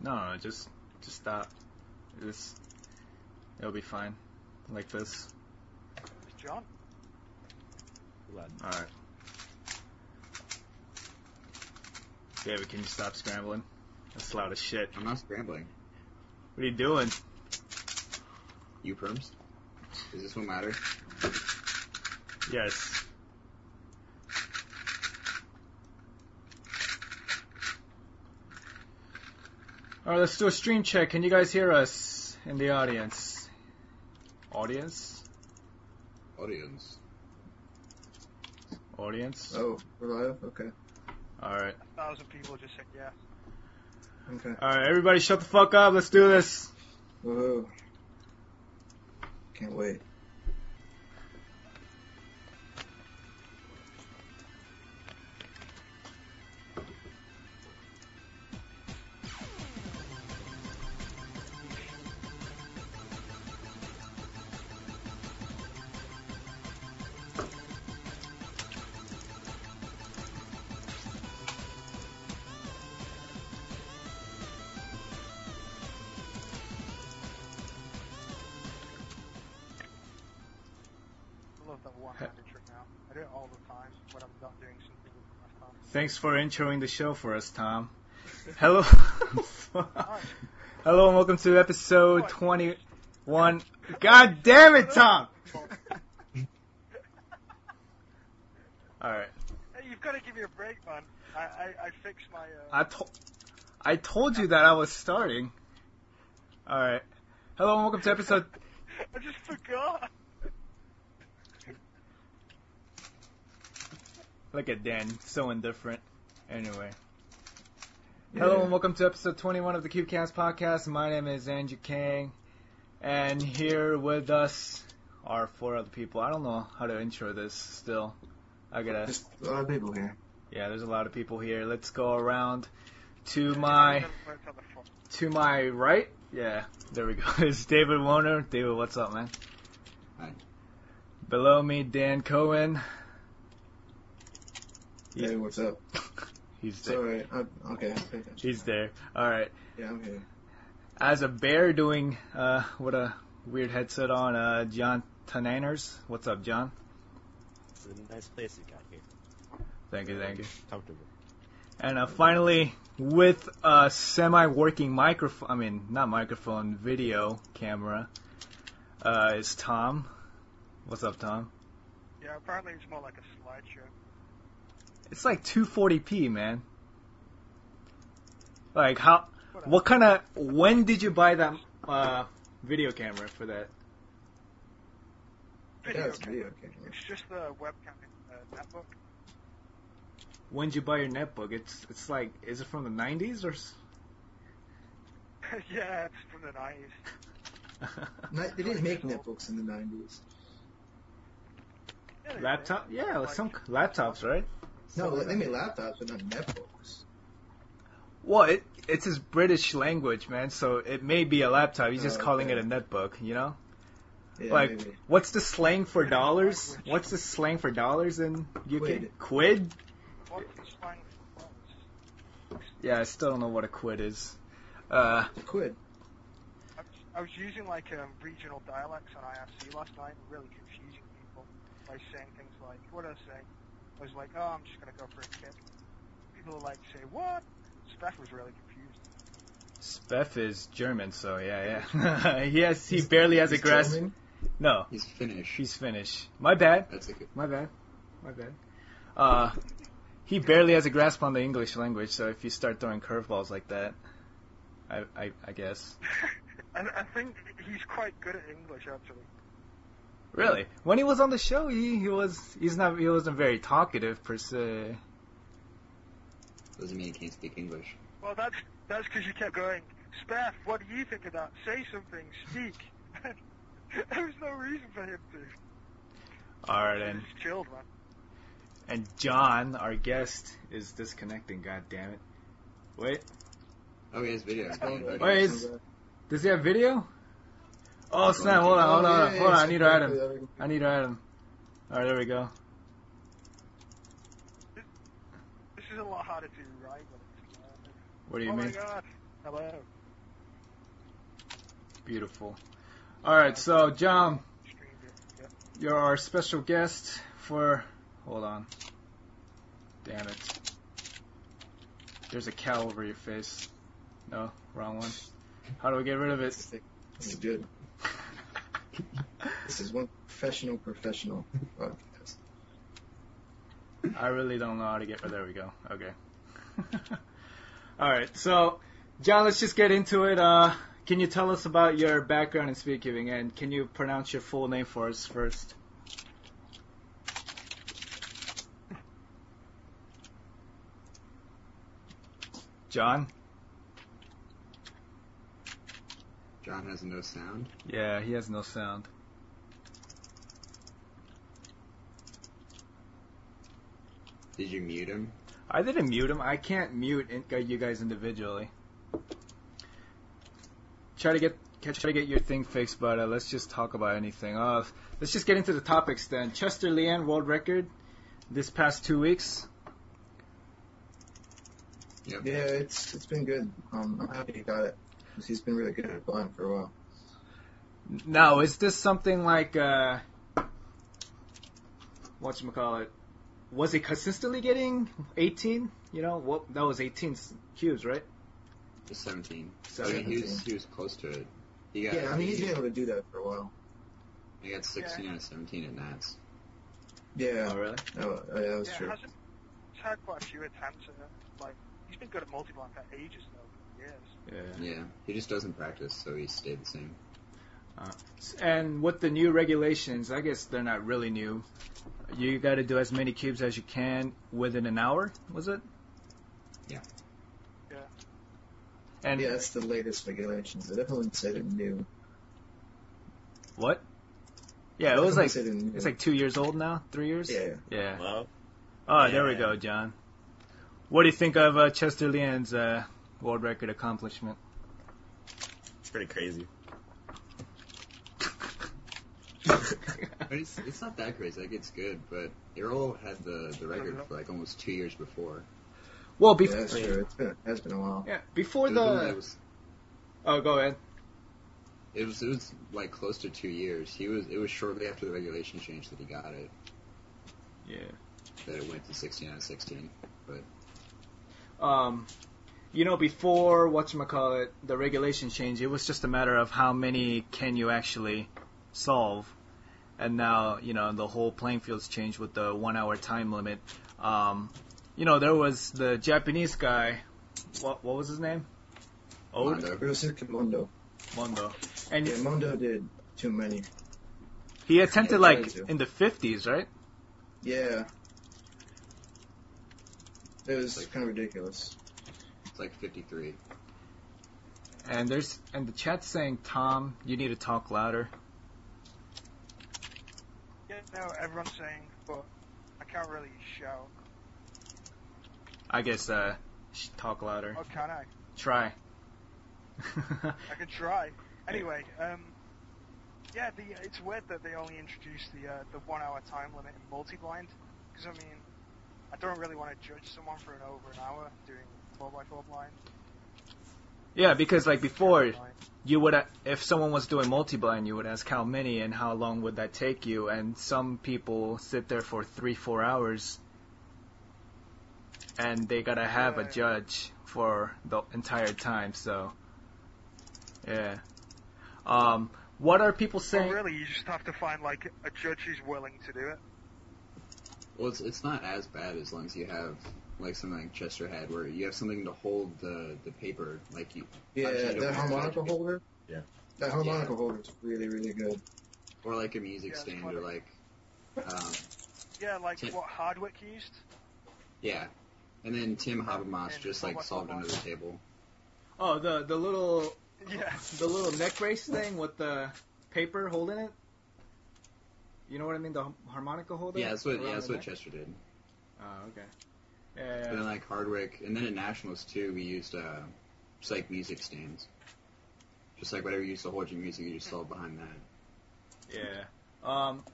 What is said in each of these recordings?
No, just just stop. Just it'll be fine. Like this. John? Lad. All right. David, can you stop scrambling? That's loud as shit. I'm not scrambling. What are you doing? You perms? Does this one matter? Yes. All right, let's do a stream check. Can you guys hear us in the audience? Audience? Audience. Audience? Oh, we're live? Okay. All right. A thousand people just said yes. Okay. All right, everybody shut the fuck up. Let's do this. Woohoo. Can't wait. I love that one-handed trick now. I do it all the time when I'm not doing something with my thumb. Thanks for introing the show for us, Tom. Hello. Hello and welcome to episode 21. God damn it, Tom! All right. Hey, you've got to give me a break, man. I, I, I fixed my... Uh, I told I told you that I was starting. All right. Hello and welcome to episode I just forgot. Look at Dan, so indifferent. Anyway. Hello Yeah. and welcome to episode 21 of the CubeCast podcast. My name is Andrew Kang, and here with us are four other people. I don't know how to intro this still. I gotta. Just a lot of people here. Yeah, there's a lot of people here. Let's go around to my to my right. Yeah, there we go. It's David Warner. David, what's up, man? Hi. Below me, Dan Cohen. Yeah. Hey, what's up? He's It's there. alright. I'm- Okay. okay. He's there. All right. Yeah, I'm here. as a bear doing uh, what a weird headset on uh, John Tananers. What's up, John? It's a nice place you got here. Thank you, thank you. Comfortable. And uh, finally, with a semi-working microphone, I mean, not microphone, video camera, uh, is Tom. What's up, Tom? Yeah, apparently it's more like a slideshow. It's like 240p, man. Like how? Whatever. What kind of? When did you buy that uh, video camera for that? Yeah, it's camera. video camera. It's just the webcam in uh, that book. When did you buy your netbook? It's it's like, is it from the 90s or? s- yeah, it's from the 90s. Ni- They didn't make netbooks in the 90s. Yeah, they Laptop? did. Yeah, Like, some c- laptops, right? No, they made laptops, but not netbooks. Well, it, it's his British language, man, so it may be a laptop. He's just Oh, calling okay. it a netbook, you know? Yeah, like, maybe. what's the slang for dollars? Language. What's the slang for dollars in UK? Quid. Quid? what's the slang for phones? Yeah, I still don't know what a quid is. Uh, Quid. I was- I was using like um, regional dialects on IRC last night, and really confusing people by saying things like, "What did I say?" I was like, "Oh, I'm just gonna go for a kick." People were like, "Say what?" Steph was really confused. Speff is German, so yeah, yeah. yes, he barely has a He's grasp. German? No, He's Finnish. she's Finnish. My bad. That's a good. My bad. My bad. Uh, he barely has a grasp on the English language, so if you start throwing curveballs like that, I, I, I guess. and I think he's quite good at English actually. Really? When he was on the show, he, he was he's not he wasn't very talkative per se. Doesn't mean he can't speak English. Well, that's that's because you kept going, Steph. What do you think of that? Say something. Speak. there was no reason for him to. All right, He and just chilled, man. and John, our guest, is disconnecting. God damn it! Wait, Oh, he has video. Wait, it's- does he have video? Oh snap! Hold on, hold on, hold on. Hold on. I need to add him. I need to add him. All right, there we go. This is a lot harder to write. When it's, uh, What do you oh my mean? god, Hello. Beautiful. All right, so John, Streamed it. you're our special guest for. Hold on. Damn it. There's a cow over your face. No, wrong one. How do we get rid of it? This is- this is good. This is one professional professional podcast. I really don't know how to get. Oh, there we go. Okay. All right. So, John, let's just get into it. Uh, can you tell us about your background in speedcubing, and can you pronounce your full name for us first? John? John has no sound. Yeah, he has no sound. Did you mute him? I didn't mute him. I can't mute in- uh, you guys individually. Try to get ca- try to get your thing fixed, but uh, let's just talk about anything. Uh, let's just get into the topics then. Chester Leanne world record this past two weeks. Yep. Yeah, it's it's been good. Um, I'm happy he got it. 'cause He's been really good at blind for a while. Now, is this something like uh, what you call it? Was he consistently getting 18? You know, what that was 18 s- cubes, right? He's 17. So I mean, Seventeen. he was he was close to it. He Yeah, got I mean he's he, been able to do that for a while. he got 16 out of 17 at Nats. Oh, Yeah, really? oh, yeah, that was yeah, true. hasn't he's had quite a few attempts at it. Like he's been good at multi block for ages though. Years. Yeah. Yeah, he just doesn't practice, so he stayed the same. And with the new regulations, I guess they're not really new. You got to do as many cubes as you can within an hour, was it? Yeah. Yeah. And yeah, that's the latest regulations. They definitely said it new. what? Yeah, it was Definitely like said it new. it's like two years old now, three years. yeah. Yeah. Well, Oh, there we Yeah. go, John. What do you think of uh, Chester Leanne's uh, world record accomplishment? it's pretty crazy. But it's, it's not that crazy. Like it's good, but Errol had the the record Uh-huh. for like almost two years before. well, yeah, before that's true. It's been it has been a while. yeah, before It was, only- it the was oh, go ahead. it was it was like close to two years. He was it was shortly after the regulation change that he got it Yeah. that it went to 16 out of 16. um, you know, before whatchamacallit, the regulation change, it was just a matter of how many can you actually solve. And now, you know, the whole playing field's changed with the one hour time limit. Um, you know, there was the Japanese guy, what, what was his name? Oh, Ode Mondo. It was just Mondo. Mondo. And Yeah, Mondo did too many. he attempted like Yeah, in the 50s, right? Yeah. It was Like- kind of ridiculous. It's like 53. And there's and the chat's saying, Tom, you need to talk louder. Yeah, no, everyone's saying, but I can't really shout. I guess uh, sh- talk louder. Oh, can I? Try. I can try. Anyway, um, yeah, the, it's weird that they only introduced the uh, the one hour time limit in multi blind, because I mean, I don't really want to judge someone for an over an hour doing four by four blind. Yeah, because like before, Blind. you would if someone was doing multi-blind, you would ask how many and how long would that take you, and some people sit there for three, four hours, and they gotta have a Yeah. judge for the entire time. So, yeah. Um, what are Oh, people Well, saying? really, you just have to find like a judge who's willing to do it. Well, it's it's not as bad as long as you have like something like Chester had, where you have something to hold the the paper. Like you, Yeah, Actually, that don't- harmonica holder. Yeah. That harmonica holder is really, really good. or like a music Yeah, it's stand, quite or a- like, um, Yeah, like Yeah. what Hardwick used. yeah. And then Tim Habermas And just so like much solved more. under the table. Oh, the the little Yeah. the little neck brace thing with the paper holding it. You know what I mean? The harmonica holder. Yeah, that's what around yeah, that's the neck? what Chester did. Oh, okay. And Yeah. then like Hardwick, and then at Nationals too, we used uh, just like music stands. Just like whatever you used to hold your music, you just solved behind that. Yeah. Um,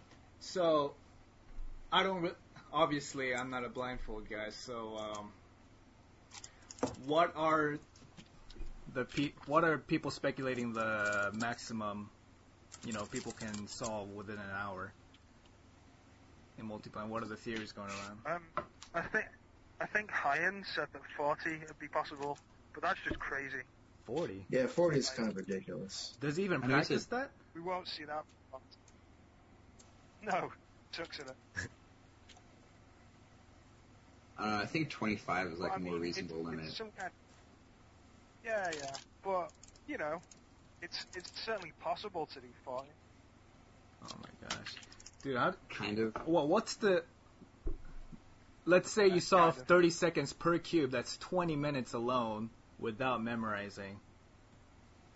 so I don't. Re- obviously, I'm not a blindfold guy. So, um, what are the pe- what are people speculating the maximum, you know, people can solve within an hour in multiplying? What are the theories going around? Um, I think I think Hyen said that 40 would be possible, but that's just crazy. Forty. Yeah, 40 is kind of ridiculous. Does he even I know he practice said- that? We won't see that. for a month. No, Tuck's in it. Uh, I think 25 is like But, I a more mean, reasonable it's, limit. It's some kind yeah, yeah, but you know, it's it's certainly possible to do 40. Oh my gosh, dude! How, kind of. well, what's the? Let's say you That's solve kind of- 30 seconds per cube. That's 20 minutes alone without memorizing,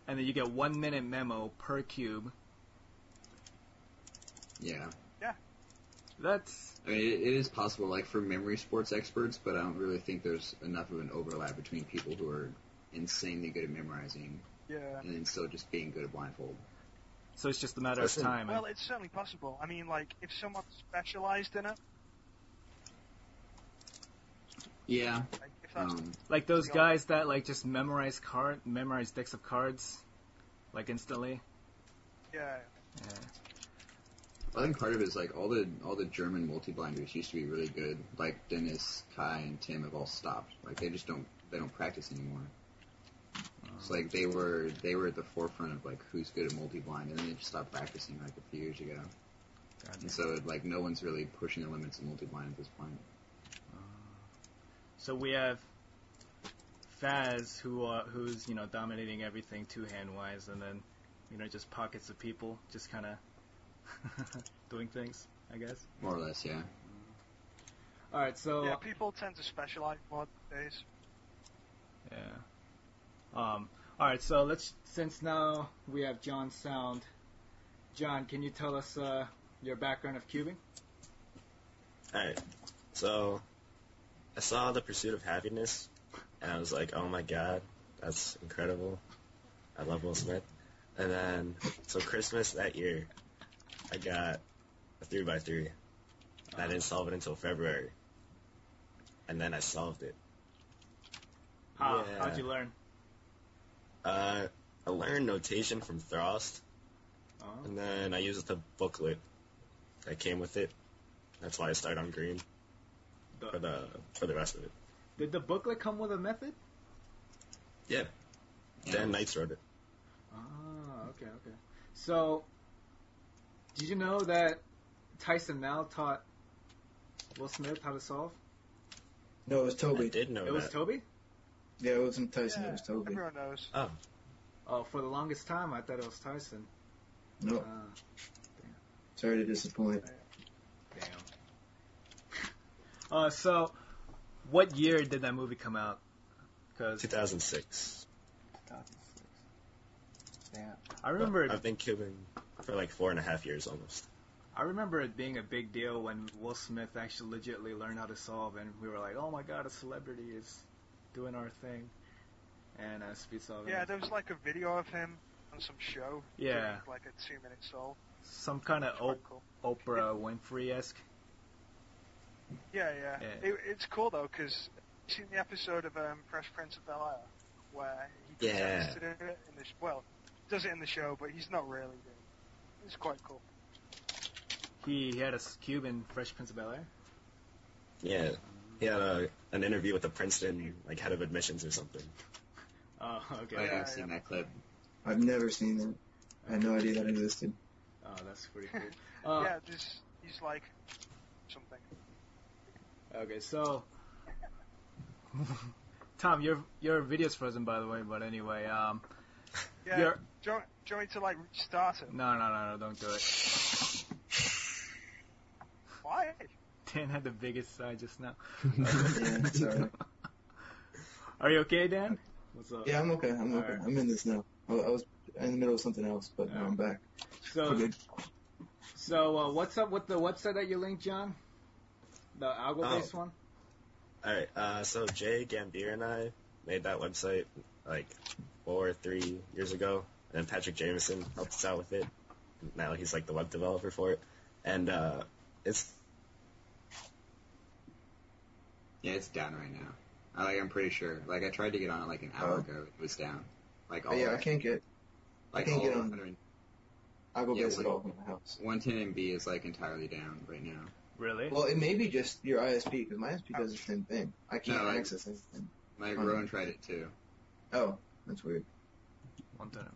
and then you get one minute memo per cube. Yeah. That's I mean, it, it is possible, like, for memory sports experts, but I don't really think there's enough of an overlap between people who are insanely good at memorizing Yeah. and then still just being good at blindfold. so it's just a matter of Listen, time. Well, it's certainly possible. I mean, like if someone specialized in it, Yeah. like if that's Um, like those Yeah. guys that like just memorize card, memorize decks of cards, like instantly. yeah, I think part of it is like all the all the German multi blinders used to be really good. Like Dennis, Kai, and Tim have all stopped. Like they just don't they don't practice anymore. It's like they were they were at the forefront of like who's good at multi blind, and then they just stopped practicing like a few years ago. And so like no one's really pushing the limits of multi blind at this point. So we have Faz, who uh, who's you know dominating everything two hand wise, and then you know just pockets of people, just kind of doing things, I guess. More or less, yeah. All right, so yeah. People tend to specialize more these days. Yeah. Um, all right, so let's since now we have John Sound. John, can you tell us uh, your background of cubing? Alright. So I saw the pursuit of happiness and I was like, Oh my god, that's incredible. I love Will Smith. And then so Christmas that year I got a three by three. And I didn't solve it until February. And then I solved it. How Ah, Yeah. how'd you learn? Uh, I learned notation from Thrust, Oh. and then I used the booklet that came with it. That's why I started on green for The, the for the rest of it. did the booklet come with a method? Dan Knights wrote it. Ah, okay, okay. So, did you know that Tyson now taught Will Smith how to solve? No, it was I Toby. did know Oh, It was that. Toby. Yeah, it wasn't Tyson, Yeah, it was Toby. Everyone knows. Oh, for the longest time I thought it was Tyson. No, Ah, sorry to disappoint. damn. Uh, so, what year did that movie come out? Because 2006. Damn. I remember it I've been cubing for like four and a half years almost. I remember it being a big deal when Will Smith actually legitly learned how to solve, and we were like, "Oh my God, a celebrity is doing our thing," and uh, speed solving. Yeah, there was like a video of him on some show. Yeah. oh. doing, like a two-minute solve. some kind of Quite cool. Oprah Winfrey esque. Yeah, yeah. Yeah. It, it's cool though, because you seen the episode of um, Fresh Prince of Bel Air where he Yeah. decides to do it in the sh- well, does it in the show, but he's not really doing. It. It's quite cool. He, he had a s- Cuban Fresh Prince of Bel Air. Yeah, he had a, an interview with the Princeton like head of admissions or something. Oh, okay. I Yeah, have seen that clip. I've never seen that. I had no idea that existed. Oh, that's pretty cool. Uh, yeah, this he's like something. Okay, so Tom, your your video's frozen, by the way. But anyway, um, Yeah. your- Do, you want- do you want me to like start it? no, no, no, no, don't do it. Why? Dan had the biggest side just now. Yeah, sorry. Are you okay, Dan? What's up? Yeah, I'm okay. I'm okay. Alright. I'm in this now. I, I was in the middle of something else, but now I'm back. So, Okay. so uh, what's up with the website that you linked, John? The algo-based one. All right, uh, so Jay Gambier and I made that website like four or three years ago, and then Patrick Jameson helped us out with it. Now he's like the web developer for it, and uh, it's Yeah, it's down right now. I, like I'm pretty sure. Like I tried to get on it like an hour Oh. ago, it was down. Like all But yeah, I of- can't get. like can't all get of on- 100 I'll go Yeah, basic what- all in the house. 110 MB is like entirely down right now. Really? Well, it may be just your ISP because my ISP does the same thing. I can't No, I- access anything. My Hmm. Rowan tried it too. Oh, that's weird. One time.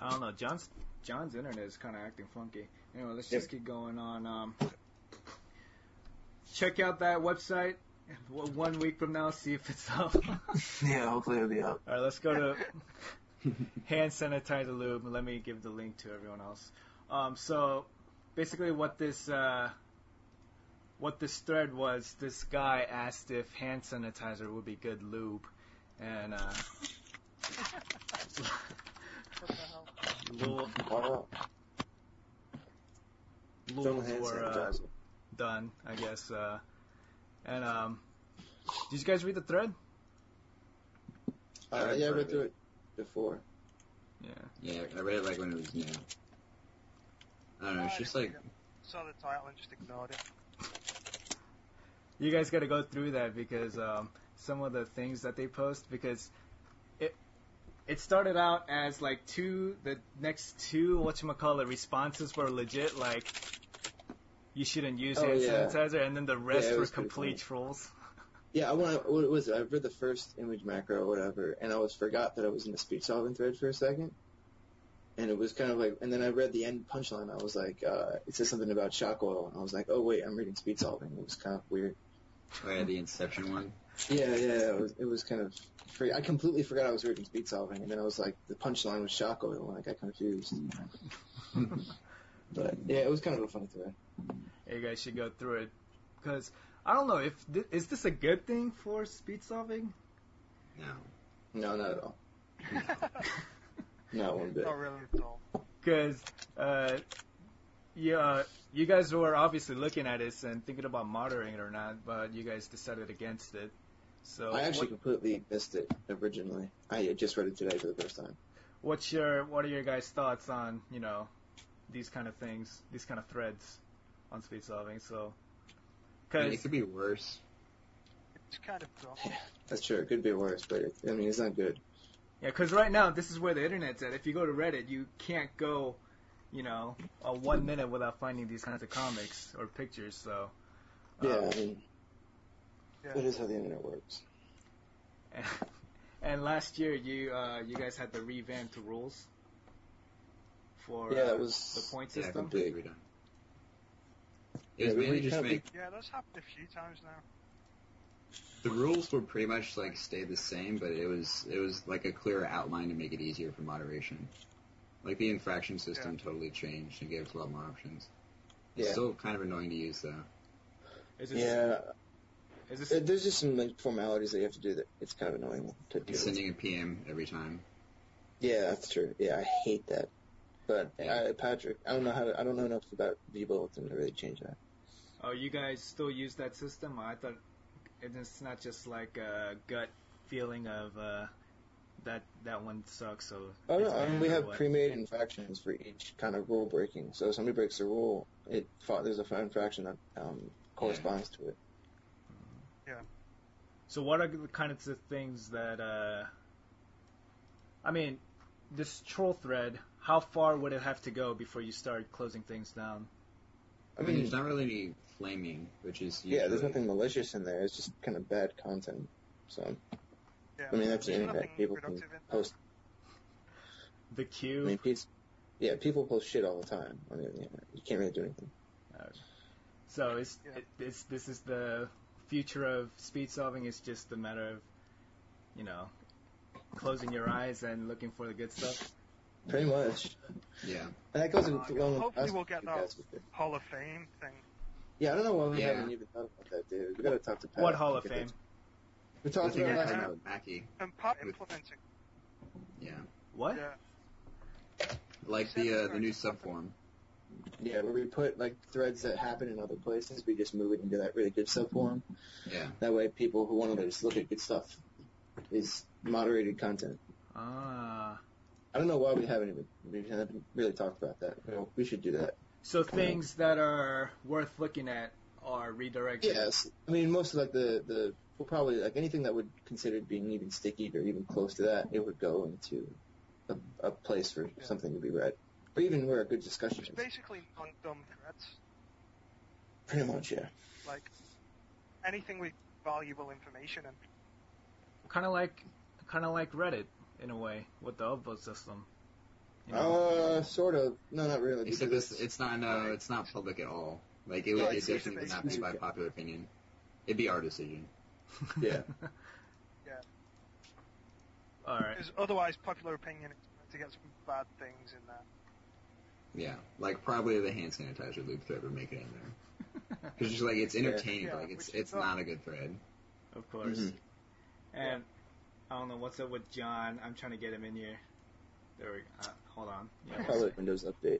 I don't know. John's John's internet is kind of acting funky. Anyway, let's Yep. just keep going on. Um, check out that website. w- One week from now, see if it's up. All Yeah, hopefully it'll be up. right, let's go to hand sanitizer lube. Let me give the link to everyone else. Um, so basically, what this uh, what this thread was, this guy asked if hand sanitizer would be good lube, and uh, What the hell? Lul- Wow. Some Lulz hand were uh, sanitizer. done, I guess. Uh, and um, did you guys read the thread? Uh, yeah, I read through it before. Yeah. Yeah, I read it like when it was new. I don't know, it's just like, Saw the title and just ignored it. You guys got to go through that because um, some of the things that they post because it it started out as like two the next two what you call it responses were legit like you shouldn't use Oh, hand yeah. sanitizer and then the rest it were was pretty funny. complete trolls. Yeah, I want. to What was it? I read the first image macro or whatever, and I was forgot that I was in the speech solving thread for a second. And it was kind of like, and then I read the end punchline. I was like, uh, it says something about shock oil, and I was like, oh wait, I'm reading speed solving. It was kind of weird. oh yeah, the Inception one. Yeah, yeah, it was, it was kind of. Free. I completely forgot I was reading speed solving, and then I was like, the punchline was shock oil, and I got confused. but yeah, it was kind of a funny thread. You guys should go through it because I don't know if th- is this a good thing for speed solving. No. No, not at all. Not one bit. Not really at all. because uh, you, uh, you guys were obviously looking at this and thinking about moderating it or not, but you guys decided against it. So I actually what, completely missed it originally. I just read it today for the first time. what's your what are your guys' thoughts on you know these kind of things, these kind of threads on speed solving? So I mean, because it could be worse. It's kind of dumb. That's true. It could be worse, but it, I mean, it's not good. Yeah, 'cause right now this is where the internet's at. If you go to Reddit, you can't go, you know, a one minute without finding these kinds of comics or pictures. So um, Yeah, Uh, I mean, Yeah. that is how the internet works. And last year, you uh, you guys had the revamp to rules for yeah, uh, that was the point Yeah, system. completely redone. It Yeah, was we- mainly we just kinda make, Yeah, that's happened a few times now. the rules were pretty much like stay the same, but it was, it was like a clear outline to make it easier for moderation. Like the infraction system totally changed and gave us a lot more options. It's Yeah. still kind of annoying to use though. Is this, Yeah, is uh, this there's just some like, formalities that you have to do that it's kind of annoying to do. And sending a PM every time. Yeah, that's true. Yeah, I hate that. But Yeah. uh, Patrick, I don't know how to, I don't know enough about VBulletin to really change that. oh you guys still use that system? I thought it- it's not just like a gut feeling of uh, that that one sucks. So Oh no, it's I mean, banned we or have what. pre-made infractions for each kind of rule breaking. So if somebody breaks a rule, it fa- there's a infraction that um, corresponds to it. So what are the kinds of things that uh, I mean, this troll thread? How far would it have to go before you start closing things down? I I mean, mean, there's not really any flaming, which is usually, yeah, there's nothing malicious in there. It's just kind of bad content. So Yeah. I mean, that's the There's internet. nothing People can productive in post. The I queue. mean, peace. Yeah, people post shit all the time on the internet. You can't really do anything. So it's, Yeah. it, it's this is the future of speed solving. It's just a matter of, you know, closing your eyes and looking for the good stuff. Pretty much. yeah. And that goes in Uh, along with hopefully us we'll get you that. guys with it. Hall of Fame thing. Yeah, I don't know why we Yeah. haven't even thought about that, dude. We gotta talk to Pat. What Hall of Uh, Look at Fame? that. We I talked think about we're it last talking time. about Mackie. And part With- implementing. Yeah. What? Yeah. Like the uh, the new subform. Yeah, where we put like threads that happen in other places, we just move it into that really good subform. Yeah. That way, people who want to just look at good stuff is moderated content. Ah. I don't know why we haven't even we haven't really talked about that. Well, we should do that. So things that are worth looking at are redirected. Yes, I mean most of like the the well, probably like anything that would considered being even sticky or even close to that, it would go into a, a place for something to be read, or even where a good discussion It's is. basically non-dumb threats. Pretty much, yeah. Like anything with valuable information and Kind of like, kind of like Reddit in a way with the upvote system. You know? Uh, sort of. No, not really. Except because this, it's not no, it's not public at all. Like it, would, No, it it's- it's definitely would not be amazing. by popular opinion. It'd be our decision. yeah. All right. because otherwise popular opinion to get some bad things in there. Yeah, like probably the hand sanitizer loop thread would make it in there. It's just like it's entertaining, Yeah, but, like it's which is it's not a good thread. Of course. Mhm. And I don't know what's up with John. I'm trying to get him in here. There we go. Uh, hold on. Yeah, one Probably Windows update.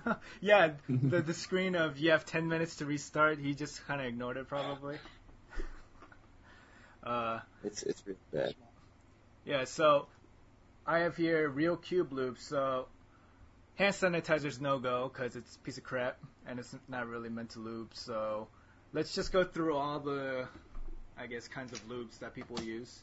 sec. yeah. The the screen of you have 10 minutes to restart. He just kind of ignored it probably. Uh, It's it's really bad. yeah. So I have here real cube loops. So hand sanitizer's no go because it's a piece of crap and it's not really meant to lube. So let's just go through all the I guess kinds of lubes that people use.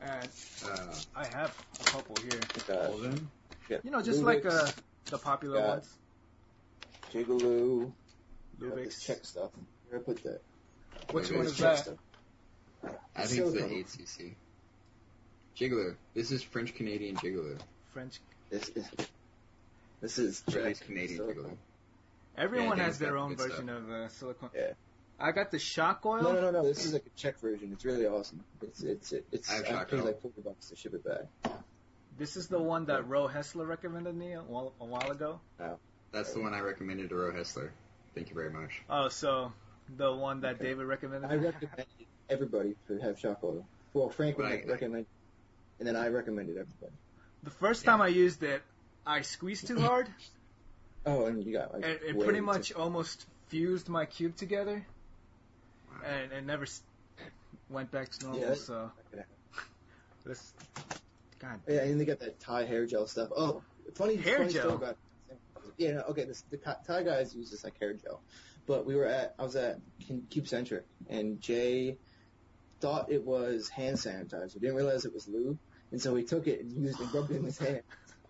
And Uh, I have a couple here. Like, uh, all of them? yeah, You know, just like uh, Lubix, the popular Yeah. ones. Jigaloo, got this Lubix. check stuff. Where I put that? Which Lubix one This is check that? stuff. I It's think it's the silicone. HCC. Gigolo. This is French Canadian gigolo. French. This is this is French Jack Canadian Silicone. gigolo. Everyone has Yeah, Dan's their got own good stuff. version of uh, silicone. Yeah. I got the shock oil. No, no, no, no. This is like a Czech version. It's really awesome. It's it's it's. I have I shock paid oil. like forty bucks to ship it back. This is the one that Ro Hessler recommended me a while, a while ago. That's the one I recommended to Ro Hessler. Thank you very much. Oh, so the one that Okay. David recommended. I me? recommend everybody to have shock oil. Well, Frank Right. recommended, and then I recommended everybody. the first Yeah. time I used it, I squeezed too hard, Oh, and you got like and it way pretty too- much almost fused my cube together, Wow. and it never s- went back to normal. Yeah. So this. God. Yeah, and they got that Thai hair gel stuff. Oh, funny Hair funny gel? Story about, yeah, no, okay. This, the Ca- Thai guys use this like hair gel, but we were at I was at Cube- CubeCentric and Jay thought it was hand sanitizer. Didn't realize it was lube, and so he took it and used it and rubbed it in his hand.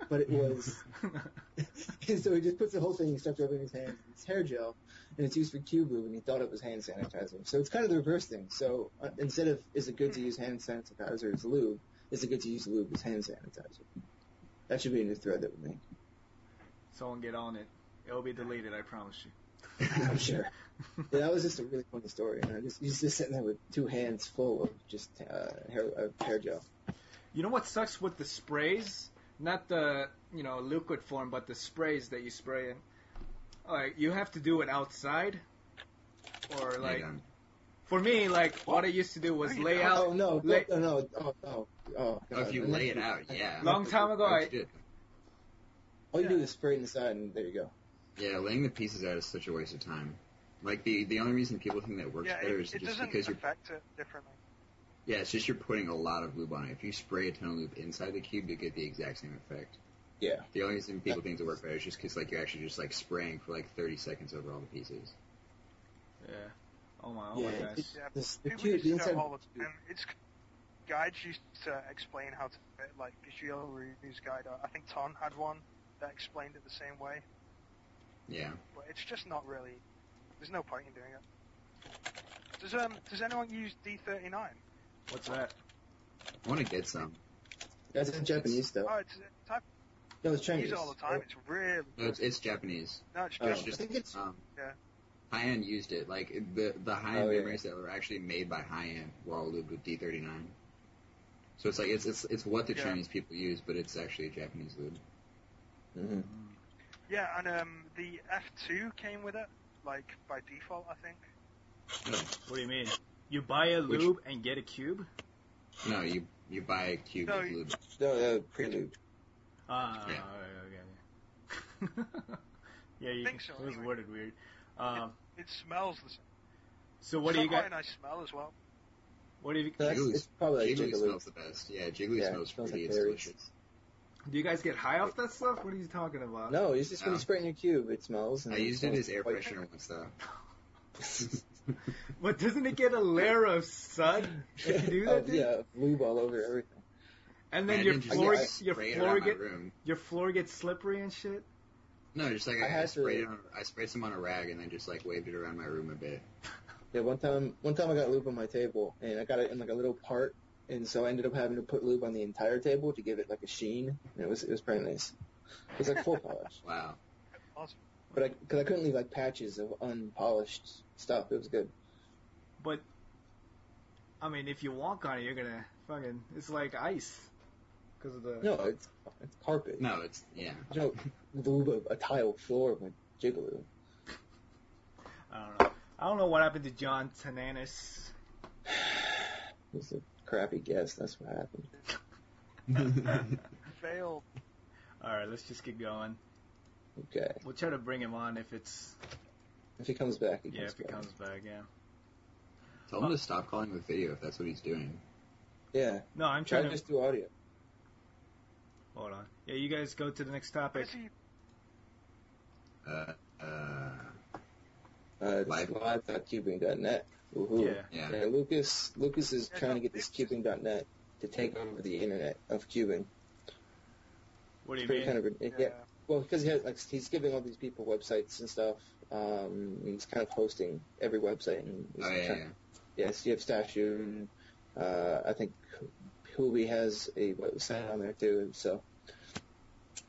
But it was, and so he just puts the whole thing and starts rubbing his hands. It's hair gel, and it's used for cube lube, and he thought it was hand sanitizer. So it's kind of the reverse thing. So uh, instead of is it good to use hand sanitizer as lube, is it good to use lube as hand sanitizer? That should be a new thread that we make. Someone get on it. It'll be deleted. I promise you. I'm sure. Yeah, that was just a really funny story. And I just, he's just sitting there with two hands full of just uh, hair, uh, hair gel. You know what sucks with the sprays? Not the you know liquid form, but the sprays that you spray in. Like you have to do it outside, or like Hang on. for me, like what I used to do was Hang lay on. out. Oh no, lay- no, no, oh, oh, oh. Oh, if God. you lay it out, yeah. Long time ago, Oh, I shit. All you do is spray it inside, and there you go. Yeah, laying the pieces out is such a waste of time. Like the the only reason people think that works Yeah, better is it, it just doesn't because you're affect it differently. yeah, it's just you're putting a lot of lube on it. If you spray a ton of lube inside the cube, you get the exact same effect. Yeah. The only reason people think it works better is just because like you're actually just like spraying for like 30 seconds over all the pieces. yeah. Oh my, oh yeah, my it- gosh. it's- this- the People cube, used to the do inside. it all the cube. time. It's guides used to explain how to fit, like Gio Ruby's guide. uh, I think Ton had one that explained it the same way, Yeah. but it's just not really. There's no point in doing it. Does um does anyone use D39? What's that? I want to get some. That's in Japanese stuff. Oh, it's, it's I No, it's Chinese. use it all the time. It's really No, it's, it's Japanese. no, it's Oh, just It's I just think it's um, Yeah. high end used it. Like the the high end Oh, yeah. memories that were actually made by high end were all lubed with D39. So it's like it's it's it's what the Yeah. Chinese people use, but it's actually a Japanese lube. mhm. yeah, and um the F2 came with it, like by default, I think. What do you mean? You buy a Which- lube and get a cube? No, you you buy a cube No, of you- lube. no, uh, prelude. Ah, Yeah. okay, okay. yeah, you, Think so, it was anyway. worded weird. Um, It smells the same. so what it's do you got got? quite a nice smell as well. What do you? No, that's, Jiggly- it's probably like Jiggly Jigaloo. smells the best. Yeah, Jiggly Yeah, smells it smells pretty. like it's berries. delicious. Do you guys get high off that stuff? What are you talking about? No, it's just when No. Mm-hmm. you spray it in your cube, it smells. And I used it smells as air quite- freshener once though. But doesn't it get a layer of sun if you do that? Of- dude? yeah, lube all over everything. And then Man, your I just floor, like your sprayed it floor around my get, room. your floor gets slippery and shit. No, just like I I, I, had to- sprayed it on, I sprayed some on a rag and then just like waved it around my room a bit. Yeah, one time, one time I got lube on my table, and I got it in like a little part, and so I ended up having to put lube on the entire table to give it like a sheen, and it was it was pretty nice. It was like full polish, Wow. but I because I couldn't leave like patches of unpolished stuff. It was good. But I mean, if you walk on it, you're gonna fucking. It's like ice because of the. No, it's it's carpet. No, it's yeah. You know, lube of a tile floor with jigaloo. I don't know. I don't know what happened to John Tananis. It was a crappy guess. That's what happened. Failed. All right, let's just keep going. Okay, We'll try to bring him on if it's if he comes back, he yeah, comes if he back. comes back. Yeah. Tell him to stop calling the video if that's what he's doing. Yeah, No, I'm try trying to to. just do audio. Hold on. Yeah, you guys go to the next What topic. is he? Uh, uh, Uh, it's Live. live.cubing.net. Woohoo. Yeah. yeah. Yeah, Lucas Lucas is Yeah, trying to no, get this it's- cubing.net to take over the internet of cubing. What do It's you pretty mean? kind of yeah. Yeah. Well, because he has, like he's giving all these people websites and stuff. Um, and he's kind of hosting every website. And he's Oh yeah, trying- yeah. yeah, so you have Stashu. And, uh, I think Hubi has a website on there too. So,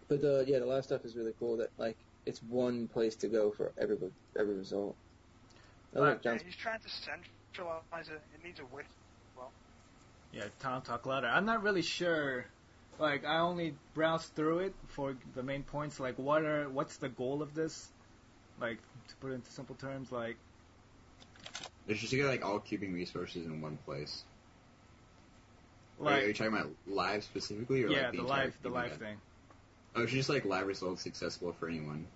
but uh, yeah, the live stuff is really cool. That like it's one place to go for every every result. I like Alright. Yeah, John's he's trying to centralize it. It needs a wiki. Yeah, Tom Talk Louder. I'm not really sure. Like, I only browsed through it for the main points. Like, what are what's the goal of this? Like, to put it into simple terms, like, It's just to get like all cubing resources in one place. Wait, are you like, talking about live specifically, or yeah, like the, the entire live, the cubing live event? thing. Oh, it's just like live results accessible for anyone.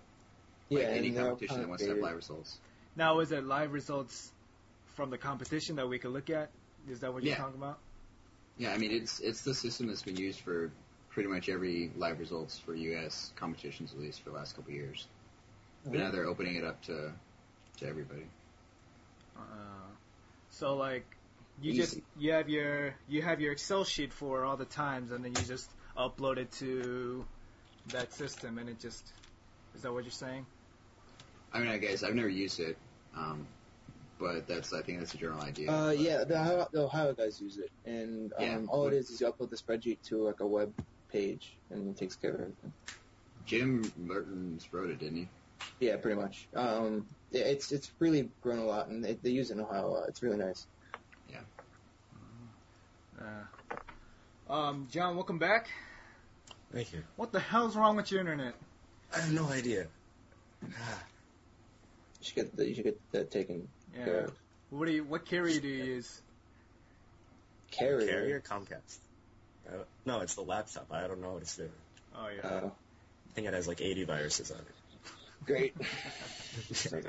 yeah, like any and they're all competition that wants to have live congregated. results. Now, is it live results from the competition that we could look at? Is that what you're Yeah. talking about? Yeah, I mean it's it's the system that's been used for pretty much every live results for U.S. competitions at least for the last couple of years. But now they're opening it up to to everybody. Uh, so, like, you just Easy. you have your you have your Excel sheet for all the times, and then you just upload it to that system, and it just is that what you're saying? I mean, I guess I've never used it, um, but that's I think that's a general idea. Uh, But- yeah, the Ohio, the Ohio guys use it, and um, Yeah. all it is is you upload the spreadsheet to like a web page, and it takes care of everything. Jim Mertens wrote it, didn't he? Yeah, pretty much. Um, yeah, it's it's really grown a lot, and they, they use it in Ohio a lot. It's really nice. Uh, um, John, welcome back. Thank you. What the hell's wrong with your internet? I have no idea. You should get the, you should get that taken Yeah. care of. What do you, what carrier do you use? Carrier. Carrier Comcast. I don't- No, it's the laptop. I don't know what it's doing. Oh yeah. Uh, I think it has like 80 viruses on great. it.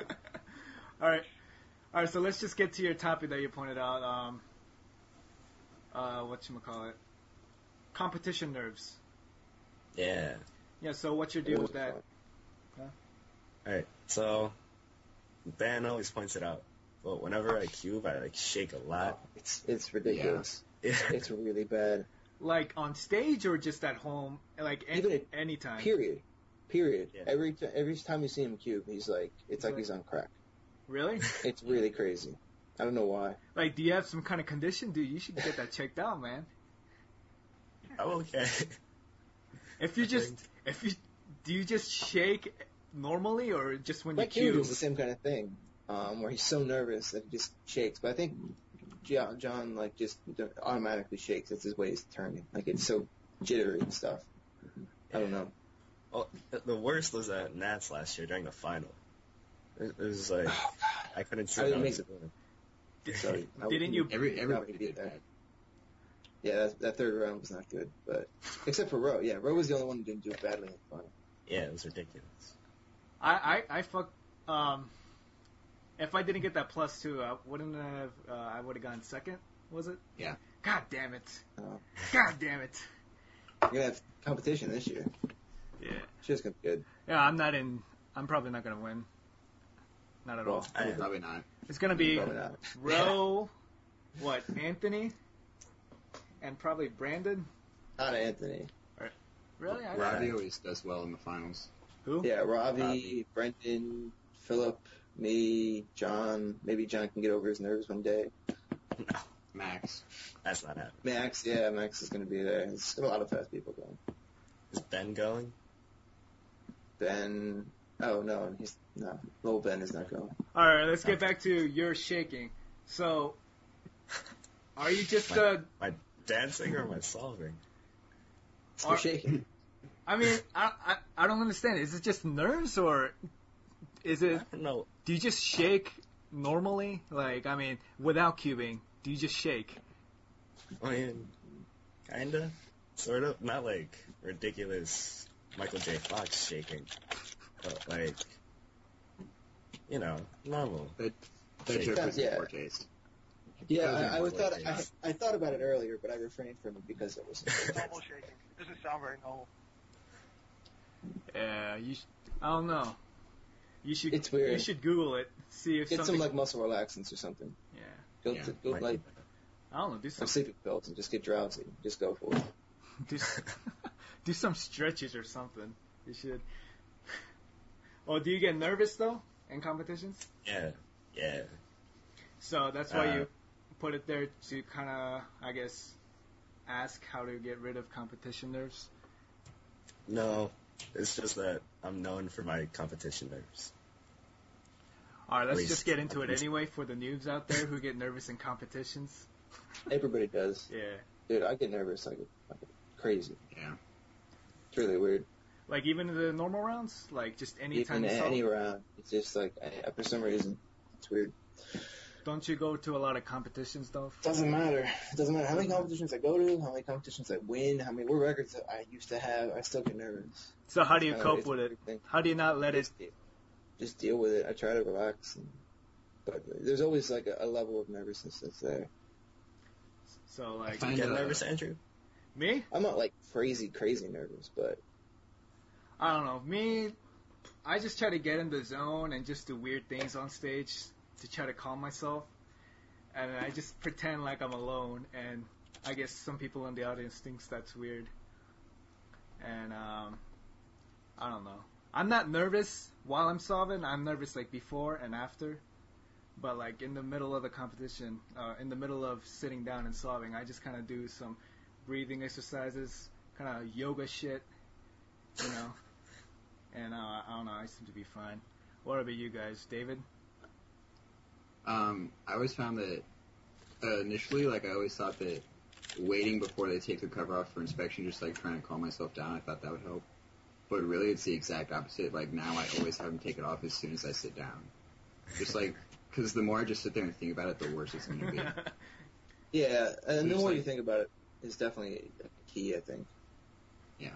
all right, all right. So let's just get to your topic that you pointed out. Um, uh, what you call it? Competition nerves. yeah. Yeah. So what's your deal with that? So, Dan always points it out. But whenever I cube, I like shake a lot. It's it's ridiculous. Yeah. It's really bad. Like on stage or just at home? Like Even any, at- anytime. Period. Period. Yeah. Every t- every time you see him cube, he's like it's like he's on crack. Really? It's really crazy. I don't know why. Like, do you have some kind of condition, dude? You should get that checked out, man. I'm okay. If you just If you do you just shake normally or just when My you kid cue? is the same kind of thing, um, where he's so nervous that he just shakes. But I think John, John like just automatically shakes. It's his way he's turning. Like it's so jittery and stuff. I don't know. Well, the worst was at Nats last year during the final. It it was like I couldn't see. I what didn't I make was it. doing. Sorry. I Oh, Didn't you? Every everybody would be did bad. that. Yeah, that, that third round was not good. But except for Roe, yeah, Roe was the only one who didn't do badly in the final. Yeah, it was ridiculous. I I I fuck. Um, if I didn't get that plus two, I wouldn't have. Uh, I would have gone second. Was it? Yeah. God damn it. Oh. God damn it. You're gonna have competition this year. Yeah. She's gonna be good. Yeah, I'm not in. I'm probably not gonna win. Not at all. Well, I, Probably not. It's gonna be Probably not. Roe, what Anthony, and probably Brandon. Not Anthony. Really? I Robbie always does well in the finals. Who? Yeah, Robbie, Robbie. Brendan, Philip, me, John. Maybe John can get over his nerves one day. Max. That's not happening. Max, yeah, Max is going to be there. There's a lot of fast people going. Is Ben going? Ben, oh no, he's no. Little Ben is not going. All right, let's get back to your shaking. So, are you just uh? Dancing or am I solving? Are, shaking. I mean, I, I I don't understand. Is it just nerves or is I it? don't know. Do you just shake normally? Like, I mean, without cubing, do you just shake? I mean, kinda, sort of. Not like ridiculous Michael J. Fox shaking, but like, you know, normal. That Shake. joke was Yeah. in poor taste. Yeah, Those I, I are was thought I, gorgeous. I thought about it earlier, but I refrained from it because it was. normal shaking. Doesn't sound very normal. Yeah, Uh, you. Sh- I don't know. You should. It's weird. You should Google it. See if Get some something. like muscle relaxants or something. yeah. Go, Yeah, to, go might- like I don't know. Do some some. sleeping pills and just get drowsy. Just go for it. Do, s- do some stretches or something. You should. Oh, do you get nervous though in competitions? yeah, yeah. So that's why Uh, you put it there to kind of, I guess, ask how to get rid of competition nerves. No, it's just that I'm known for my competition nerves. All right, let's Please. just get into it Please. anyway for the noobs out there who get nervous in competitions. Everybody does, Yeah. dude. I get nervous. I get, I get crazy. Yeah. It's really weird. Like even in the normal rounds, like just anytime even you saw, any round. It's just like I, for some reason, it's weird. don't you go to a lot of competitions though? Doesn't matter. It doesn't matter how many competitions I go to, how many competitions I win, how many world records I used to have. I still get nervous. So how do you Kinda cope Uh, it's with it? weird thing. How do you not let it? Just, de- just deal with it. I try to relax, and, but there's always like a, a level of nervousness that's there. So like I You get know. nervous, Andrew? me, I'm not like crazy, crazy nervous, but I don't know. Me, I just try to get in the zone and just do weird things on stage to try to calm myself, and I just pretend like I'm alone. And I guess some people in the audience thinks that's weird. And um, I don't know. I'm not nervous while I'm solving. I'm nervous like before and after. But like in the middle of the competition, uh, in the middle of sitting down and solving, I just kind of do some breathing exercises, kind of yoga shit, you know. And uh, I don't know. I seem to be fine. What about you guys, David? Um, I always found that uh, initially, like I always thought that waiting before they take the cover off for inspection, just like trying to calm myself down, I thought that would help. But really, it's the exact opposite. Like now, I always have them take it off as soon as I sit down. Just like because the more I just sit there and think about it, the worse it's gonna be. yeah. And the There's more like- you think about it, is definitely a key. I think. Yeah.